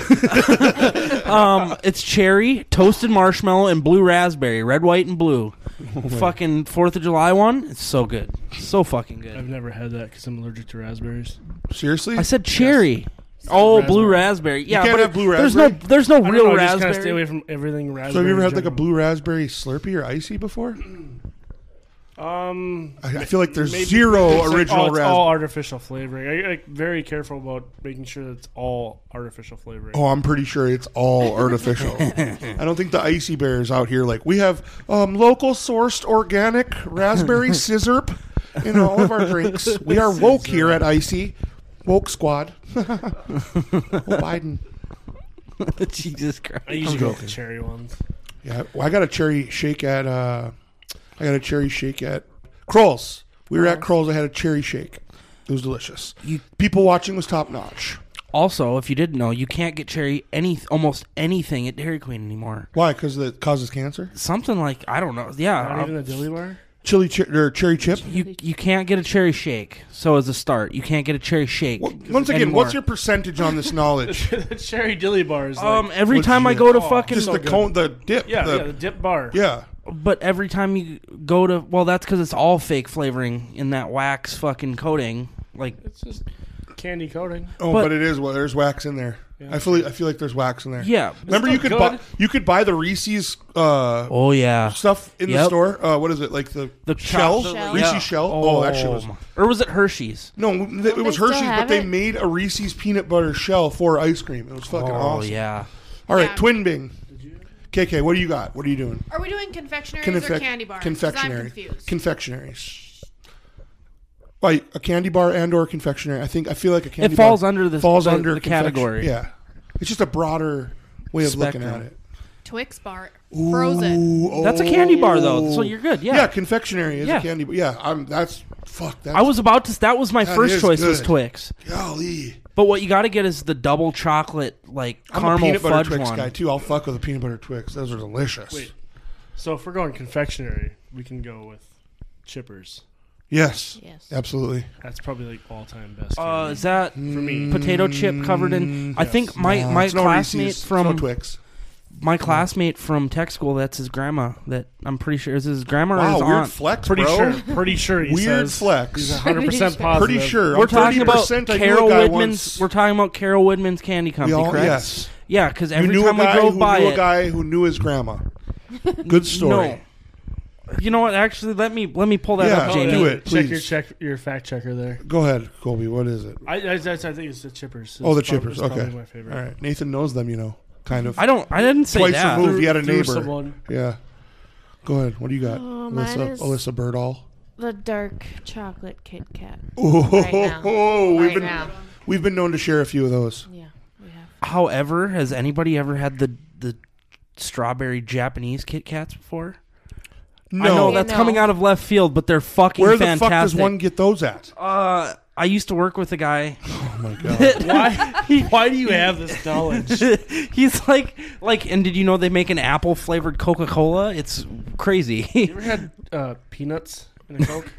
C: <laughs> um, it's cherry, toasted marshmallow, and blue raspberry, red, white, and blue.
B: Oh,
C: fucking Fourth of July one. It's so good, so fucking
B: I've
C: good.
B: never had that because I'm allergic to raspberries.
A: Seriously,
C: I said cherry. Oh, blue
B: Raspberry.
C: raspberry. Yeah,
A: can't
C: but
A: have
C: it-
A: blue
C: there's no
A: raspberry?
C: there's no
B: I don't
C: real
B: know, I just
C: raspberry.
B: kinda stay away from everything raspberry.
A: so have you ever
B: in
A: had like a
B: general.
A: blue raspberry Slurpee or icy before?
B: Um,
A: I, I feel like there's
B: maybe-
A: zero
B: it's like,
A: original
B: oh, it's
A: raspberry.
B: all artificial flavoring. I, I very careful about making sure that it's all artificial flavoring.
A: Oh, I'm pretty sure it's all artificial. I don't think the icy bears out here like we have um, local sourced organic raspberry scissorp in all of our drinks. We are woke here at Icy. Woke squad. oh, Biden. <laughs>
C: Jesus Christ.
B: I usually go with the cherry ones.
A: Yeah, well, I got a cherry shake at uh, I got a cherry shake at Kroll's. We were at Kroll's. I had a cherry shake. It was delicious.
C: You-
A: People watching was top notch.
C: Also, if you didn't know, you can't get cherry any almost anything at Dairy Queen anymore.
A: Why? Because it causes cancer.
C: Something like I don't know. Yeah,
B: Not
C: uh,
B: even the dilly bar.
A: Chili ch- or cherry chip.
C: you you can't get a cherry shake. So as a start, you can't get a cherry shake.
A: Well, once again,
C: anymore.
A: what's your percentage on this knowledge?
B: <laughs>
C: <laughs>
B: the cherry dilly bar is like,
C: um? Every
A: What's
C: time I
A: your-
C: go to
B: Oh,
C: fucking
A: just the cone, the dip.
B: yeah,
A: the,
B: yeah, the dip bar.
A: yeah.
C: But every time you go to, well, that's because it's all fake flavoring in that wax fucking coating. Like,
B: It's just candy coating.
A: Oh, but,
C: But-
A: it is. Well, there's wax in there. I feel. I feel like there's wax in there.
C: yeah.
A: Remember, you
B: It's
A: could
B: still
A: buy
B: good.
A: you could buy the Reese's uh,
C: Oh yeah.
A: stuff in the
C: Yep.
A: store. Uh, what is it like the,
C: The
A: shell?
C: chocolate-
E: Shell.
A: Reese's
C: yeah.
A: shell. Oh, that shit was.
C: my- Or was it Hershey's?
A: No, th- it
E: they
A: was
E: still
A: Hershey's, but
E: have
A: they
E: it?
A: made a Reese's peanut butter shell for ice cream. It was fucking
C: oh
A: awesome.
C: yeah.
A: All right,
F: Yeah.
A: Twin Bing. KK, what do you got? What are you doing?
F: Are we doing confectionaries or
A: Confec-
F: candy bars? 'Cause I'm
A: confectionery.
F: confused.
A: Confectionaries. Like a candy bar and or confectionery. I think I feel like a candy
C: It falls
A: bar
C: under the
A: falls
C: the-
A: under
C: the
A: confection-
C: category.
A: Yeah, it's just a broader way of looking
C: Spectrum.
A: at it.
F: Twix bar, frozen.
A: Ooh, oh.
C: That's a candy bar though, so you're good.
A: yeah.
C: Yeah.
A: confectionery is
C: Yeah.
A: a candy bar. Yeah, I'm. That's fuck. That's,
C: I was about to. That was my
A: That
C: first
A: is
C: choice was
A: good.
C: Twix.
A: golly.
C: But what you got to get is the double chocolate like
A: I'm a
C: caramel
A: peanut butter
C: fudge
A: Twix
C: one.
A: guy too. I'll fuck with a peanut butter Twix. Those are delicious.
B: Wait. So if we're going confectionery, we can go with chippers.
A: Yes.
E: Yes.
A: Absolutely.
B: That's probably like all time best.
C: Uh,
B: candy.
C: is that
B: me.
C: potato chip covered in? I think my
A: No,
C: my
A: it's no
C: classmate
A: Reese's, it's no
C: from
A: Twix.
C: my classmate from tech school. That's his grandma. That I'm pretty sure is his grandma or
A: Wow,
C: his
A: weird
C: aunt.
A: flex,
B: <laughs> pretty
A: bro.
B: sure. Pretty sure. He
A: Weird
B: says
A: flex. <laughs>
B: He's 100 percent
E: Pretty sure.
B: positive.
A: Pretty sure.
C: We're
A: I'm
C: talking about
A: 30%. I knew a
C: Carol
A: guy
C: Whitman's.
A: once.
C: We're talking about Carol Whitman's candy
A: We
C: company,
A: all,
C: correct?
A: yes.
C: Yeah, because
A: You
C: every
A: knew a
C: time we
A: guy
C: drove
A: who
C: by
A: knew
C: it,
A: a guy who knew his
E: <laughs>
A: grandma. Good story.
C: no. You know what? Actually, let me let me pull that
A: Yeah,
C: up,
A: do
C: Jamie.
A: it.
B: Check your
A: please.
B: check your fact checker there.
A: Go ahead, Colby. What is it?
B: I, I, I think it's the chippers.
A: Oh, the
B: It's prob-
A: chippers.
B: it's probably
A: Okay.
B: my favorite.
A: All right. Nathan knows them, you know, kind of.
C: I don't. I didn't say
A: Twice
C: that.
A: removed. He had a
B: Through- through
A: neighbor.
B: someone.
A: yeah. Go ahead. What do you got?
E: Oh, mine
A: Alyssa,
E: is-
A: Alyssa
E: <laughs>
A: Birdall.
E: The dark chocolate Kit Kat.
A: <laughs> Oh,
E: now.
A: we've
E: Right
A: been
E: now.
A: we've been known to share a few of those.
E: Yeah, we have.
C: However, has anybody ever had the the strawberry Japanese Kit Kats before?
A: No,
C: I know that's
E: No.
C: coming out of left field, but they're fucking
A: <laughs> where the
C: fantastic.
A: fuck does one get those
C: <laughs>
A: at?
C: uh, I used to work with a guy.
A: Oh <laughs> my god.
B: Why? Why do you have <laughs> this knowledge?
C: <laughs> He's like, like, and did you know they make an apple flavored Coca Cola? It's crazy. <laughs>
B: You ever had uh, peanuts
A: <laughs>
B: in a coke?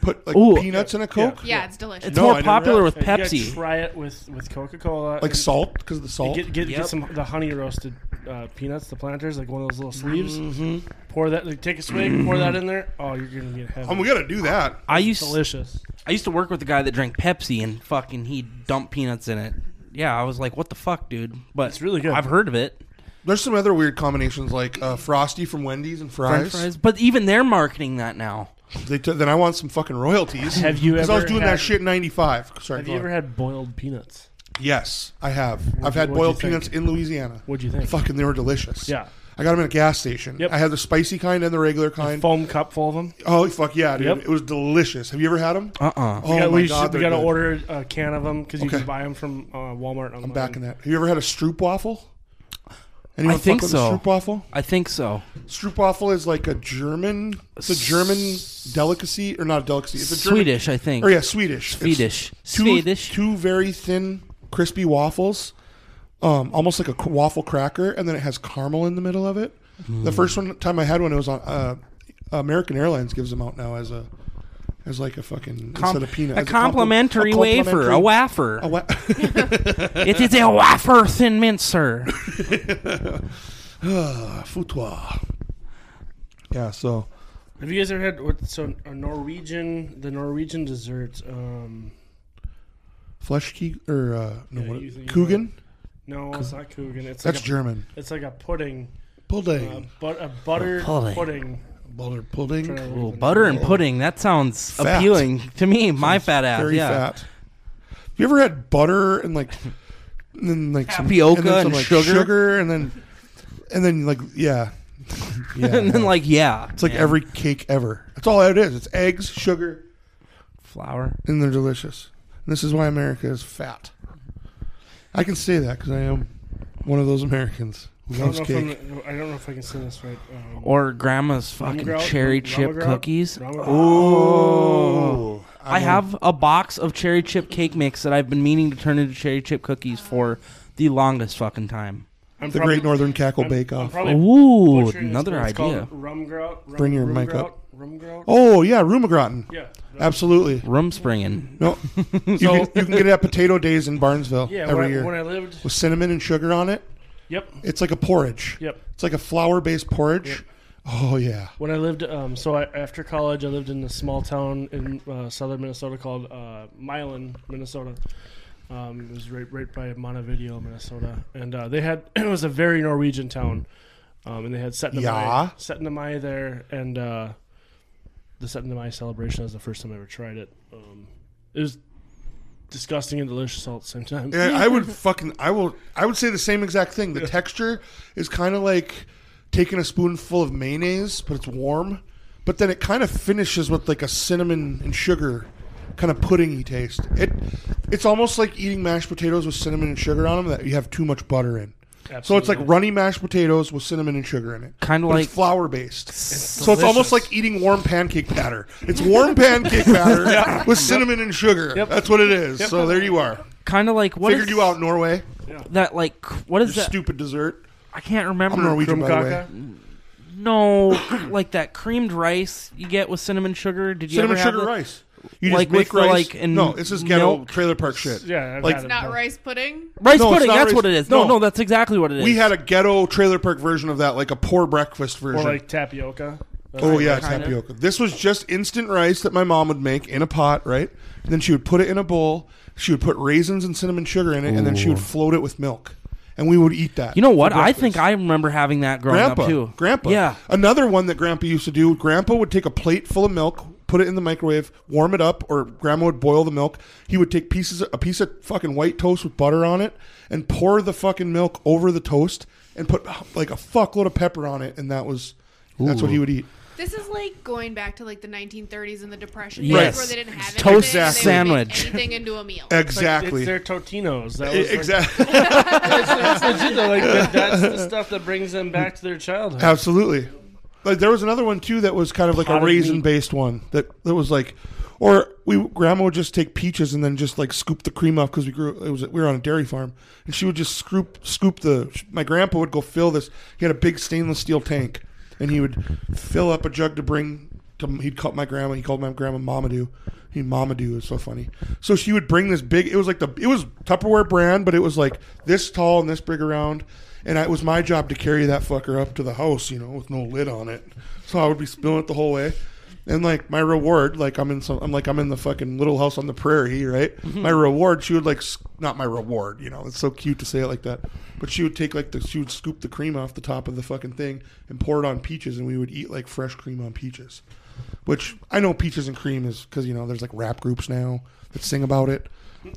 A: Put like
C: Ooh.
A: peanuts in a coke,
F: Yeah, it's delicious.
C: it's
A: No, I
C: more
A: never
C: popular
A: had-
C: with
B: You gotta
C: Pepsi.
B: Try it with with Coca Cola.
A: like salt because of the salt.
B: Get, get,
C: Yep.
B: get some the honey roasted uh, peanuts, the planters, like one of those little sleeves. Pour that. Like, take a swig. Pour that in there. Oh, you're gonna get heaven.
A: Oh, we gotta do that.
C: I used
B: Delicious.
C: I used to work with a guy that drank Pepsi and fucking he dumped peanuts in it. Yeah, I was like, what the fuck, dude? But
B: It's really good.
C: I've heard of it.
A: There's some other weird combinations like uh, frosty from Wendy's and
C: French
A: fries.
C: fries. But even they're marketing that now.
A: They t- then I want some fucking royalties.
B: Have you
A: 'Cause I was
B: ever
A: doing
B: had-
A: that shit in '95. Sorry.
B: Have
A: go on.
B: you ever had boiled peanuts?
A: yes, I have. I've had
B: what'd
A: boiled
B: you think?
A: peanuts in Louisiana.
B: What'd you think?
A: Fucking, they were delicious.
B: Yeah.
A: I got them at a gas station.
B: Yep.
A: I had the spicy kind and the regular
B: A
A: kind.
B: foam cup full of them.
A: Oh fuck yeah, dude!
B: Yep.
A: It was delicious. Have you ever had them?
C: Uh uh
A: Oh
B: we got,
A: my
B: we
A: god,
B: should, we
A: they're
B: gotta
A: good.
B: order a can of them because you
A: Okay.
B: can buy them from uh, Walmart online.
A: I'm back in that. Have you ever had a stroop waffle? Anyone
C: I think
A: fuck with
C: so.
A: a stroop waffle?
C: I think so.
A: Stroop waffle is like a German, it's a German delicacy or not a delicacy. It's a German,
C: Swedish, I think.
A: or yeah, Swedish. It's
C: Swedish.
A: Two,
C: Swedish.
A: Two very thin, crispy waffles, um, almost like a c- waffle cracker, and then it has caramel in the middle of it.
C: Mm.
A: The first one time I had one, it was on uh, American Airlines gives them out now as a as like a fucking
C: Com-
A: instead of peanut
C: a
A: as
C: complimentary
A: compli- a
C: wafer, a wafer.
A: complimentary- Oh. a wa- <laughs>
C: it is a wafer thin <laughs> mincer.
A: Foutoir. Yeah, so
B: Have you guys ever had what, so a Norwegian the Norwegian dessert? Um,
A: flesh key or uh, no,
B: Yeah,
A: what,
B: you think-
A: Kugan?
B: no, it's not Kugan. It's
A: That's
B: like a,
A: German.
B: It's like a pudding,
A: Pudding.
B: uh, but a butter
C: Oh, Pudding.
B: pudding
A: butter pudding.
C: Ooh, Oh, butter and pudding. That sounds
A: Fat.
C: appealing to me. My fat ass.
A: Very
C: yeah.
A: fat. You ever had butter and like and then like some
C: Tapioca
A: then
C: and
A: like
C: sugar?
A: and then and then like
C: <laughs>
A: yeah. yeah
C: <laughs> and then like yeah,
A: it's like
C: man.
A: every cake ever. That's all it is. It's eggs, sugar,
C: flour.
A: and they're delicious. And this is why America is fat. I can say that because I am one of those Americans who
B: I don't,
A: loves
B: know if
A: cake. Oh,
B: I'm- I don't know if I can say this right. Um,
C: Or grandma's fucking
B: Ramen grout-
C: cherry
B: ramen
C: chip
B: grout-
C: cookies.
B: ramen grout.
C: Oh.
A: I'm
C: I have a box of cherry chip cake mix that I've been meaning to turn into cherry chip cookies for the longest fucking time.
B: I'm
A: the
B: probably-
A: Great Northern Cackle
B: I'm-
A: Bake
B: I'm
A: Off.
B: probably
C: Ooh,
B: butchering this,
C: another
B: but it's
C: idea.
B: called Rum grout. Rum,
A: Bring your
B: rum
A: mic
B: grout,
A: up.
B: Rum grout.
A: Oh yeah, Rumagratin.
B: yeah. that-
A: Absolutely.
C: Room springing.
B: <laughs>
A: No, you, can, you can get it at Potato Days in Barnesville
B: yeah.
A: every
B: when,
A: year
B: I, when I lived.
A: with cinnamon and sugar on it.
B: Yep.
A: It's like a porridge.
B: Yep.
A: It's like a flour-based porridge.
B: Yep.
A: Oh yeah,
B: When I lived, um, so I, after college, I lived in a small town in uh, southern Minnesota called uh, Milan, Minnesota. Um, it was right right by Montevideo, Minnesota, and uh, they had <clears throat> it was a very Norwegian town, um, and they had Setnamai,
A: Yeah.
B: Setnamai there, and uh, the Setnamai celebration was the first time I ever tried it. Um, it was disgusting and delicious all at the same time.
A: And I
B: <laughs>
A: would fucking I will I would say the same exact thing. The texture is kind of like taking a spoonful of mayonnaise, but it's warm. But then it kind of finishes with like a cinnamon and sugar kind of puddingy taste. It it's almost like eating mashed potatoes with cinnamon and sugar on them that you have too much butter in. So it's like
B: Absolutely.
A: runny mashed potatoes with cinnon and sugar in it.
C: Kinda
A: But
C: like-
A: it's flour based. so it's almost like eating warm pancake batter. It's warm <laughs> pancake
C: <laughs>
A: batter with cinnamon and sugar. That's what it is. So there you are.
C: Kind of like what
A: Figured
C: is
A: you out, Norway.
C: that like what is
A: Your
C: that?
A: stupid dessert.
C: I can't
A: I'm
C: remember.
A: Norwegian, by the way.
B: Krumkaka?
C: No, <coughs> like that creamed rice you get with cinnamon sugar. Did you
A: Cinnamon
C: ever have
A: sugar
C: that?
A: rice. You
C: Like
A: just make
C: with the,
A: rice.
C: like, and
A: no, this is ghetto
C: milk?
A: trailer park shit.
B: Yeah, I've
A: Like-
B: had it.
G: Not rice pudding.
C: Rice
A: No, it's
C: pudding.
A: not
C: That's
A: rice-
C: what it is. No,
A: no.
C: no, that's exactly what it is.
A: We had a ghetto trailer park version of that, like a poor breakfast
B: or
A: version.
B: like tapioca.
A: oh yeah,
C: kinda.
A: tapioca. This was just instant rice that my mom would make in a pot, right? And then she would put it in a bowl. She would put raisins and cinnamon sugar in it, and then she would float it with milk, and we would eat that.
C: You know what?
A: for
C: I
A: breakfast.
C: think I remember having that growing
A: Grandpa,
C: up too.
A: Grandpa.
C: Yeah.
A: Another one that Grandpa used to do. Grandpa would take a plate full of milk, put it in the microwave, warm it up, or Grandma would boil the milk. He would take pieces, a piece of fucking white toast with butter on it, and pour the fucking milk over the toast, and put like a fuckload of pepper on it, and that was that's what he would eat.
G: This is like going back to like the 1930s and the Depression, days
C: Yes.
G: where they didn't have
C: Toast
G: anything, and they would make
C: sandwich.
G: anything into a
A: <laughs>
G: meal.
A: Exactly. E-
B: It's their Totinos. That was like-
A: Exactly.
B: <laughs> That's legit, though, like, that- that's the stuff that brings them back to their childhood.
A: Absolutely. Like there was another one too that was kind of like a
C: Potted
A: raisin
C: meat.
A: based one that that was like, or we grandma would just take peaches and then just like scoop the cream off because we grew it was we were on a dairy farm and she would just scoop scoop the my grandpa would go fill this he had a big stainless steel tank and he would fill up a jug to bring to he'd call my grandma he called my grandma Mamadou he Mamadou is so funny so she would bring this big it was like the it was Tupperware brand but it was like this tall and this big around and I, it was my job to carry that fucker up to the house, you know, with no lid on it. So I would be spilling it the whole way. And like my reward, like I'm in some, I'm like I'm in the fucking little house on the prairie, right? My reward, she would like, s- not my reward, you know, it's so cute to say it like that. But she would take like the, she would scoop the cream off the top of the fucking thing and pour it on peaches, and we would eat like fresh cream on peaches. Which I know peaches and cream is because you know there's like rap groups now that sing about it.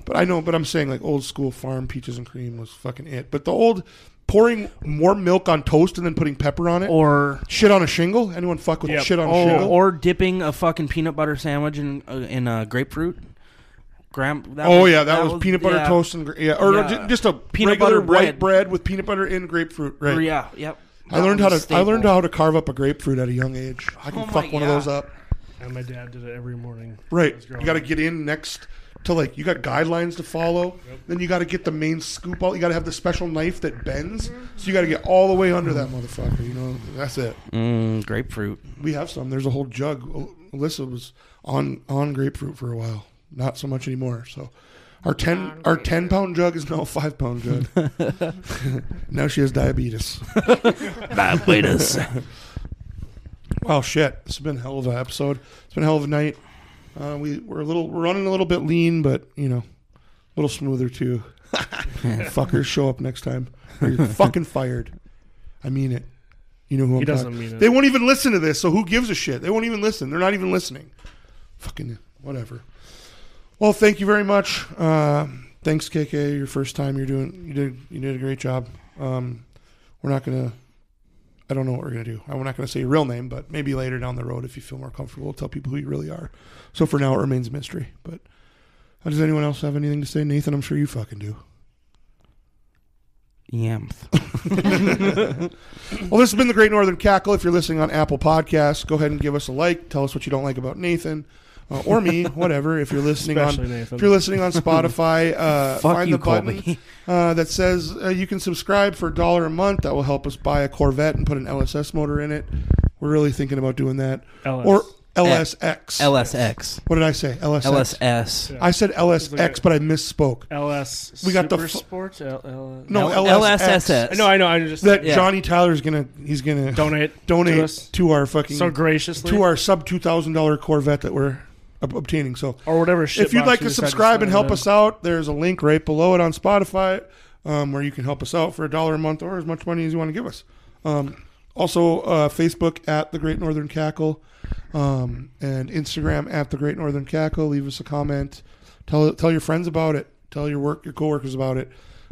A: But I know, but I'm saying like old school farm peaches and cream was fucking it. But the old pouring more milk on toast and then putting pepper on it,
C: Or Oh,
A: shit on a shingle. Anyone fuck with
B: Yep.
A: shit on a
C: or,
A: shingle?
C: or dipping a fucking peanut butter sandwich in uh, in uh, grapefruit. Gram- that
A: oh
C: was-
A: yeah, that, was, peanut butter
C: yeah.
A: toast and gra- yeah, or
C: Yeah.
A: ju- just a
C: Peanut
A: regular
C: butter
A: white
C: bread.
A: bread with peanut butter in grapefruit. Right.
C: Or, yeah. Yep.
A: I learned
C: That
A: how
C: was
A: to
C: a
A: I
C: staple.
A: learned how to carve up a grapefruit at a young age. I can
C: Oh my
A: fuck one of
C: God.
A: those up.
B: And my dad did it every morning.
A: Right.
B: Let's go.
A: You got to get in next to like you got guidelines to follow. Then you got to get the main scoop out. You got to have the special knife that bends. So you got to get all the way under that motherfucker. You know that's it.
C: Mm, grapefruit.
A: We have some. There's a whole jug. Al- Alyssa was on on grapefruit for a while. Not so much anymore. So our ten our ten pound jug is now a five pound jug. <laughs> now she has diabetes.
C: <laughs> Diabetes.
A: Wow, shit! It's been a hell of an episode. It's been a hell of a night. Uh, we we're a little we're running a little bit lean, but you know, a little smoother
B: <laughs>
A: too. Fuckers, show up next time. Or you're fucking fired. I mean it. You know who I'm
B: He doesn't
A: talking.
B: mean it.
A: They won't even listen to this, so who gives a shit? They won't even listen. They're not even listening. Fucking whatever. Well, thank you very much. Uh, thanks, KK. Your first time. You're doing. You did. You did a great job. Um, we're not gonna. I don't know what we're gonna do. I'm not gonna say your real name, but maybe later down the road, if you feel more comfortable, tell people who you really are. So for now, it remains a mystery. But uh, does anyone else have anything to say, Nathan? I'm sure you fucking
C: <clears throat>
A: do.
C: Yamth.
A: Well, this has been the Great Northern Cackle. If you're listening on Apple Podcasts, go ahead and give us a like. Tell us what you don't like about Nathan uh, or
C: <laughs>
A: me, whatever. If you're listening
B: Especially
A: on,
B: Nathan.
A: if you're listening on
C: <laughs>
A: Spotify, uh,
C: Fuck
A: find
C: you,
A: the button
C: Colby. <laughs>
A: uh, that says uh, you can subscribe for a dollar a month. That will help us buy a Corvette and put an LSS motor in it. We're really thinking about doing that.
B: LS.
A: Or LSX.
C: LSX.
A: what did I say? LSX.
C: LSS.
A: I said
B: like
A: LSX,
B: a-
A: but I misspoke.
B: LS.
A: We got the
B: Super
A: fu-
B: Sport. L- L-
A: No,
C: L-
A: LSX.
C: LSSS.
B: No, I know. I just
A: That
C: Yeah.
A: Johnny Tyler's gonna he's gonna
B: donate.
A: donate
B: to
A: to,
B: us
A: our fucking
B: so graciously
A: to our sub two thousand dollar Corvette that we're ob- obtaining. So,
B: or whatever. Shit
A: if you'd like to subscribe and help us out, there's a link right below it on Spotify um, where you can help us out for a dollar a month or as much money as you want to give us. Um, also, uh, Facebook at the Great Northern Cackle um, and Instagram at the Great Northern Cackle. Leave us a comment. Tell tell your friends about it. Tell your work your coworkers about it.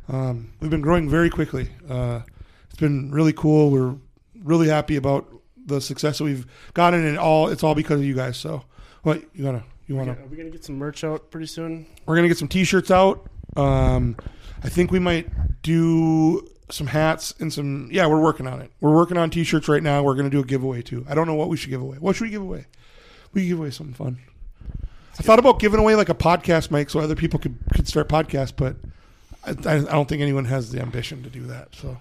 A: Um, we've been growing very quickly. Uh, it's been really cool. We're really happy about the success that we've gotten, and all it's all because of you guys. So, what you gotta you wanna
B: Are we gonna get some merch out pretty soon?
A: we're gonna get some t-shirts out um, i think we might do some hats and some yeah we're working on it we're working on t-shirts right now we're gonna do a giveaway too i don't know what we should give away what should we give away we could give away something fun i thought about giving away like a podcast mic so other people could, could start podcasts but I, I I don't think anyone has the ambition to do that so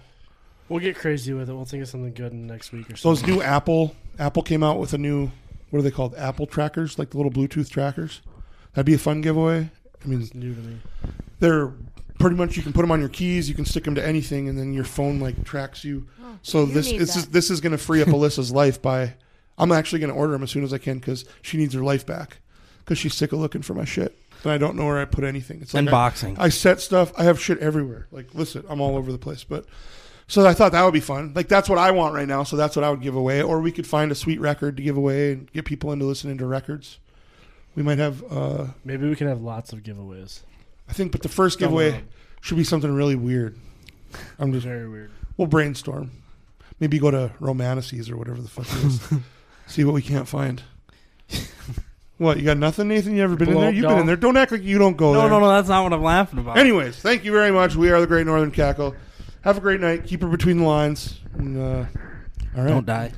B: We'll get crazy with it. We'll think of something good in the next week or so.
A: those new apple apple came out with a new what are they called apple trackers like the little bluetooth trackers that'd be a fun giveaway i mean
B: new to me.
A: they're pretty much you can put them on your keys you can stick them to anything and then your phone like tracks you so
E: Oh, you
A: this
E: need
A: this is
E: that.
A: this is going to free up alyssa's life by i'm actually going to order them as soon as i can because she needs her life back because she's sick of looking for my shit and i don't know where i put anything it's like I-
C: Unboxing.
A: I set stuff. I have shit everywhere. Like, listen, I'm all over the place. But so I thought that would be fun. Like, that's what I want right now. So that's what I would give away. Or we could find a sweet record to give away and get people into listening to records. We might have, uh,
B: Maybe we can have lots of giveaways.
A: I think, but the first
B: Down the
A: giveaway
B: road.
A: should be something really weird. I'm just,
B: Very weird.
A: we'll brainstorm. Maybe go to Romanices or whatever the fuck it
C: <laughs>
A: is. See what we can't find. What, you got nothing, Nathan? You ever been in
C: Blow
A: there?
C: up
A: You've
C: doll.
A: been in there. Don't act like you don't go
C: No,
A: there.
C: no, no. That's not what I'm laughing about.
A: Anyways, thank you very much. We are the Great Northern Cackle. Have a great night. Keep her between the lines. And, uh, all right.
C: Don't die.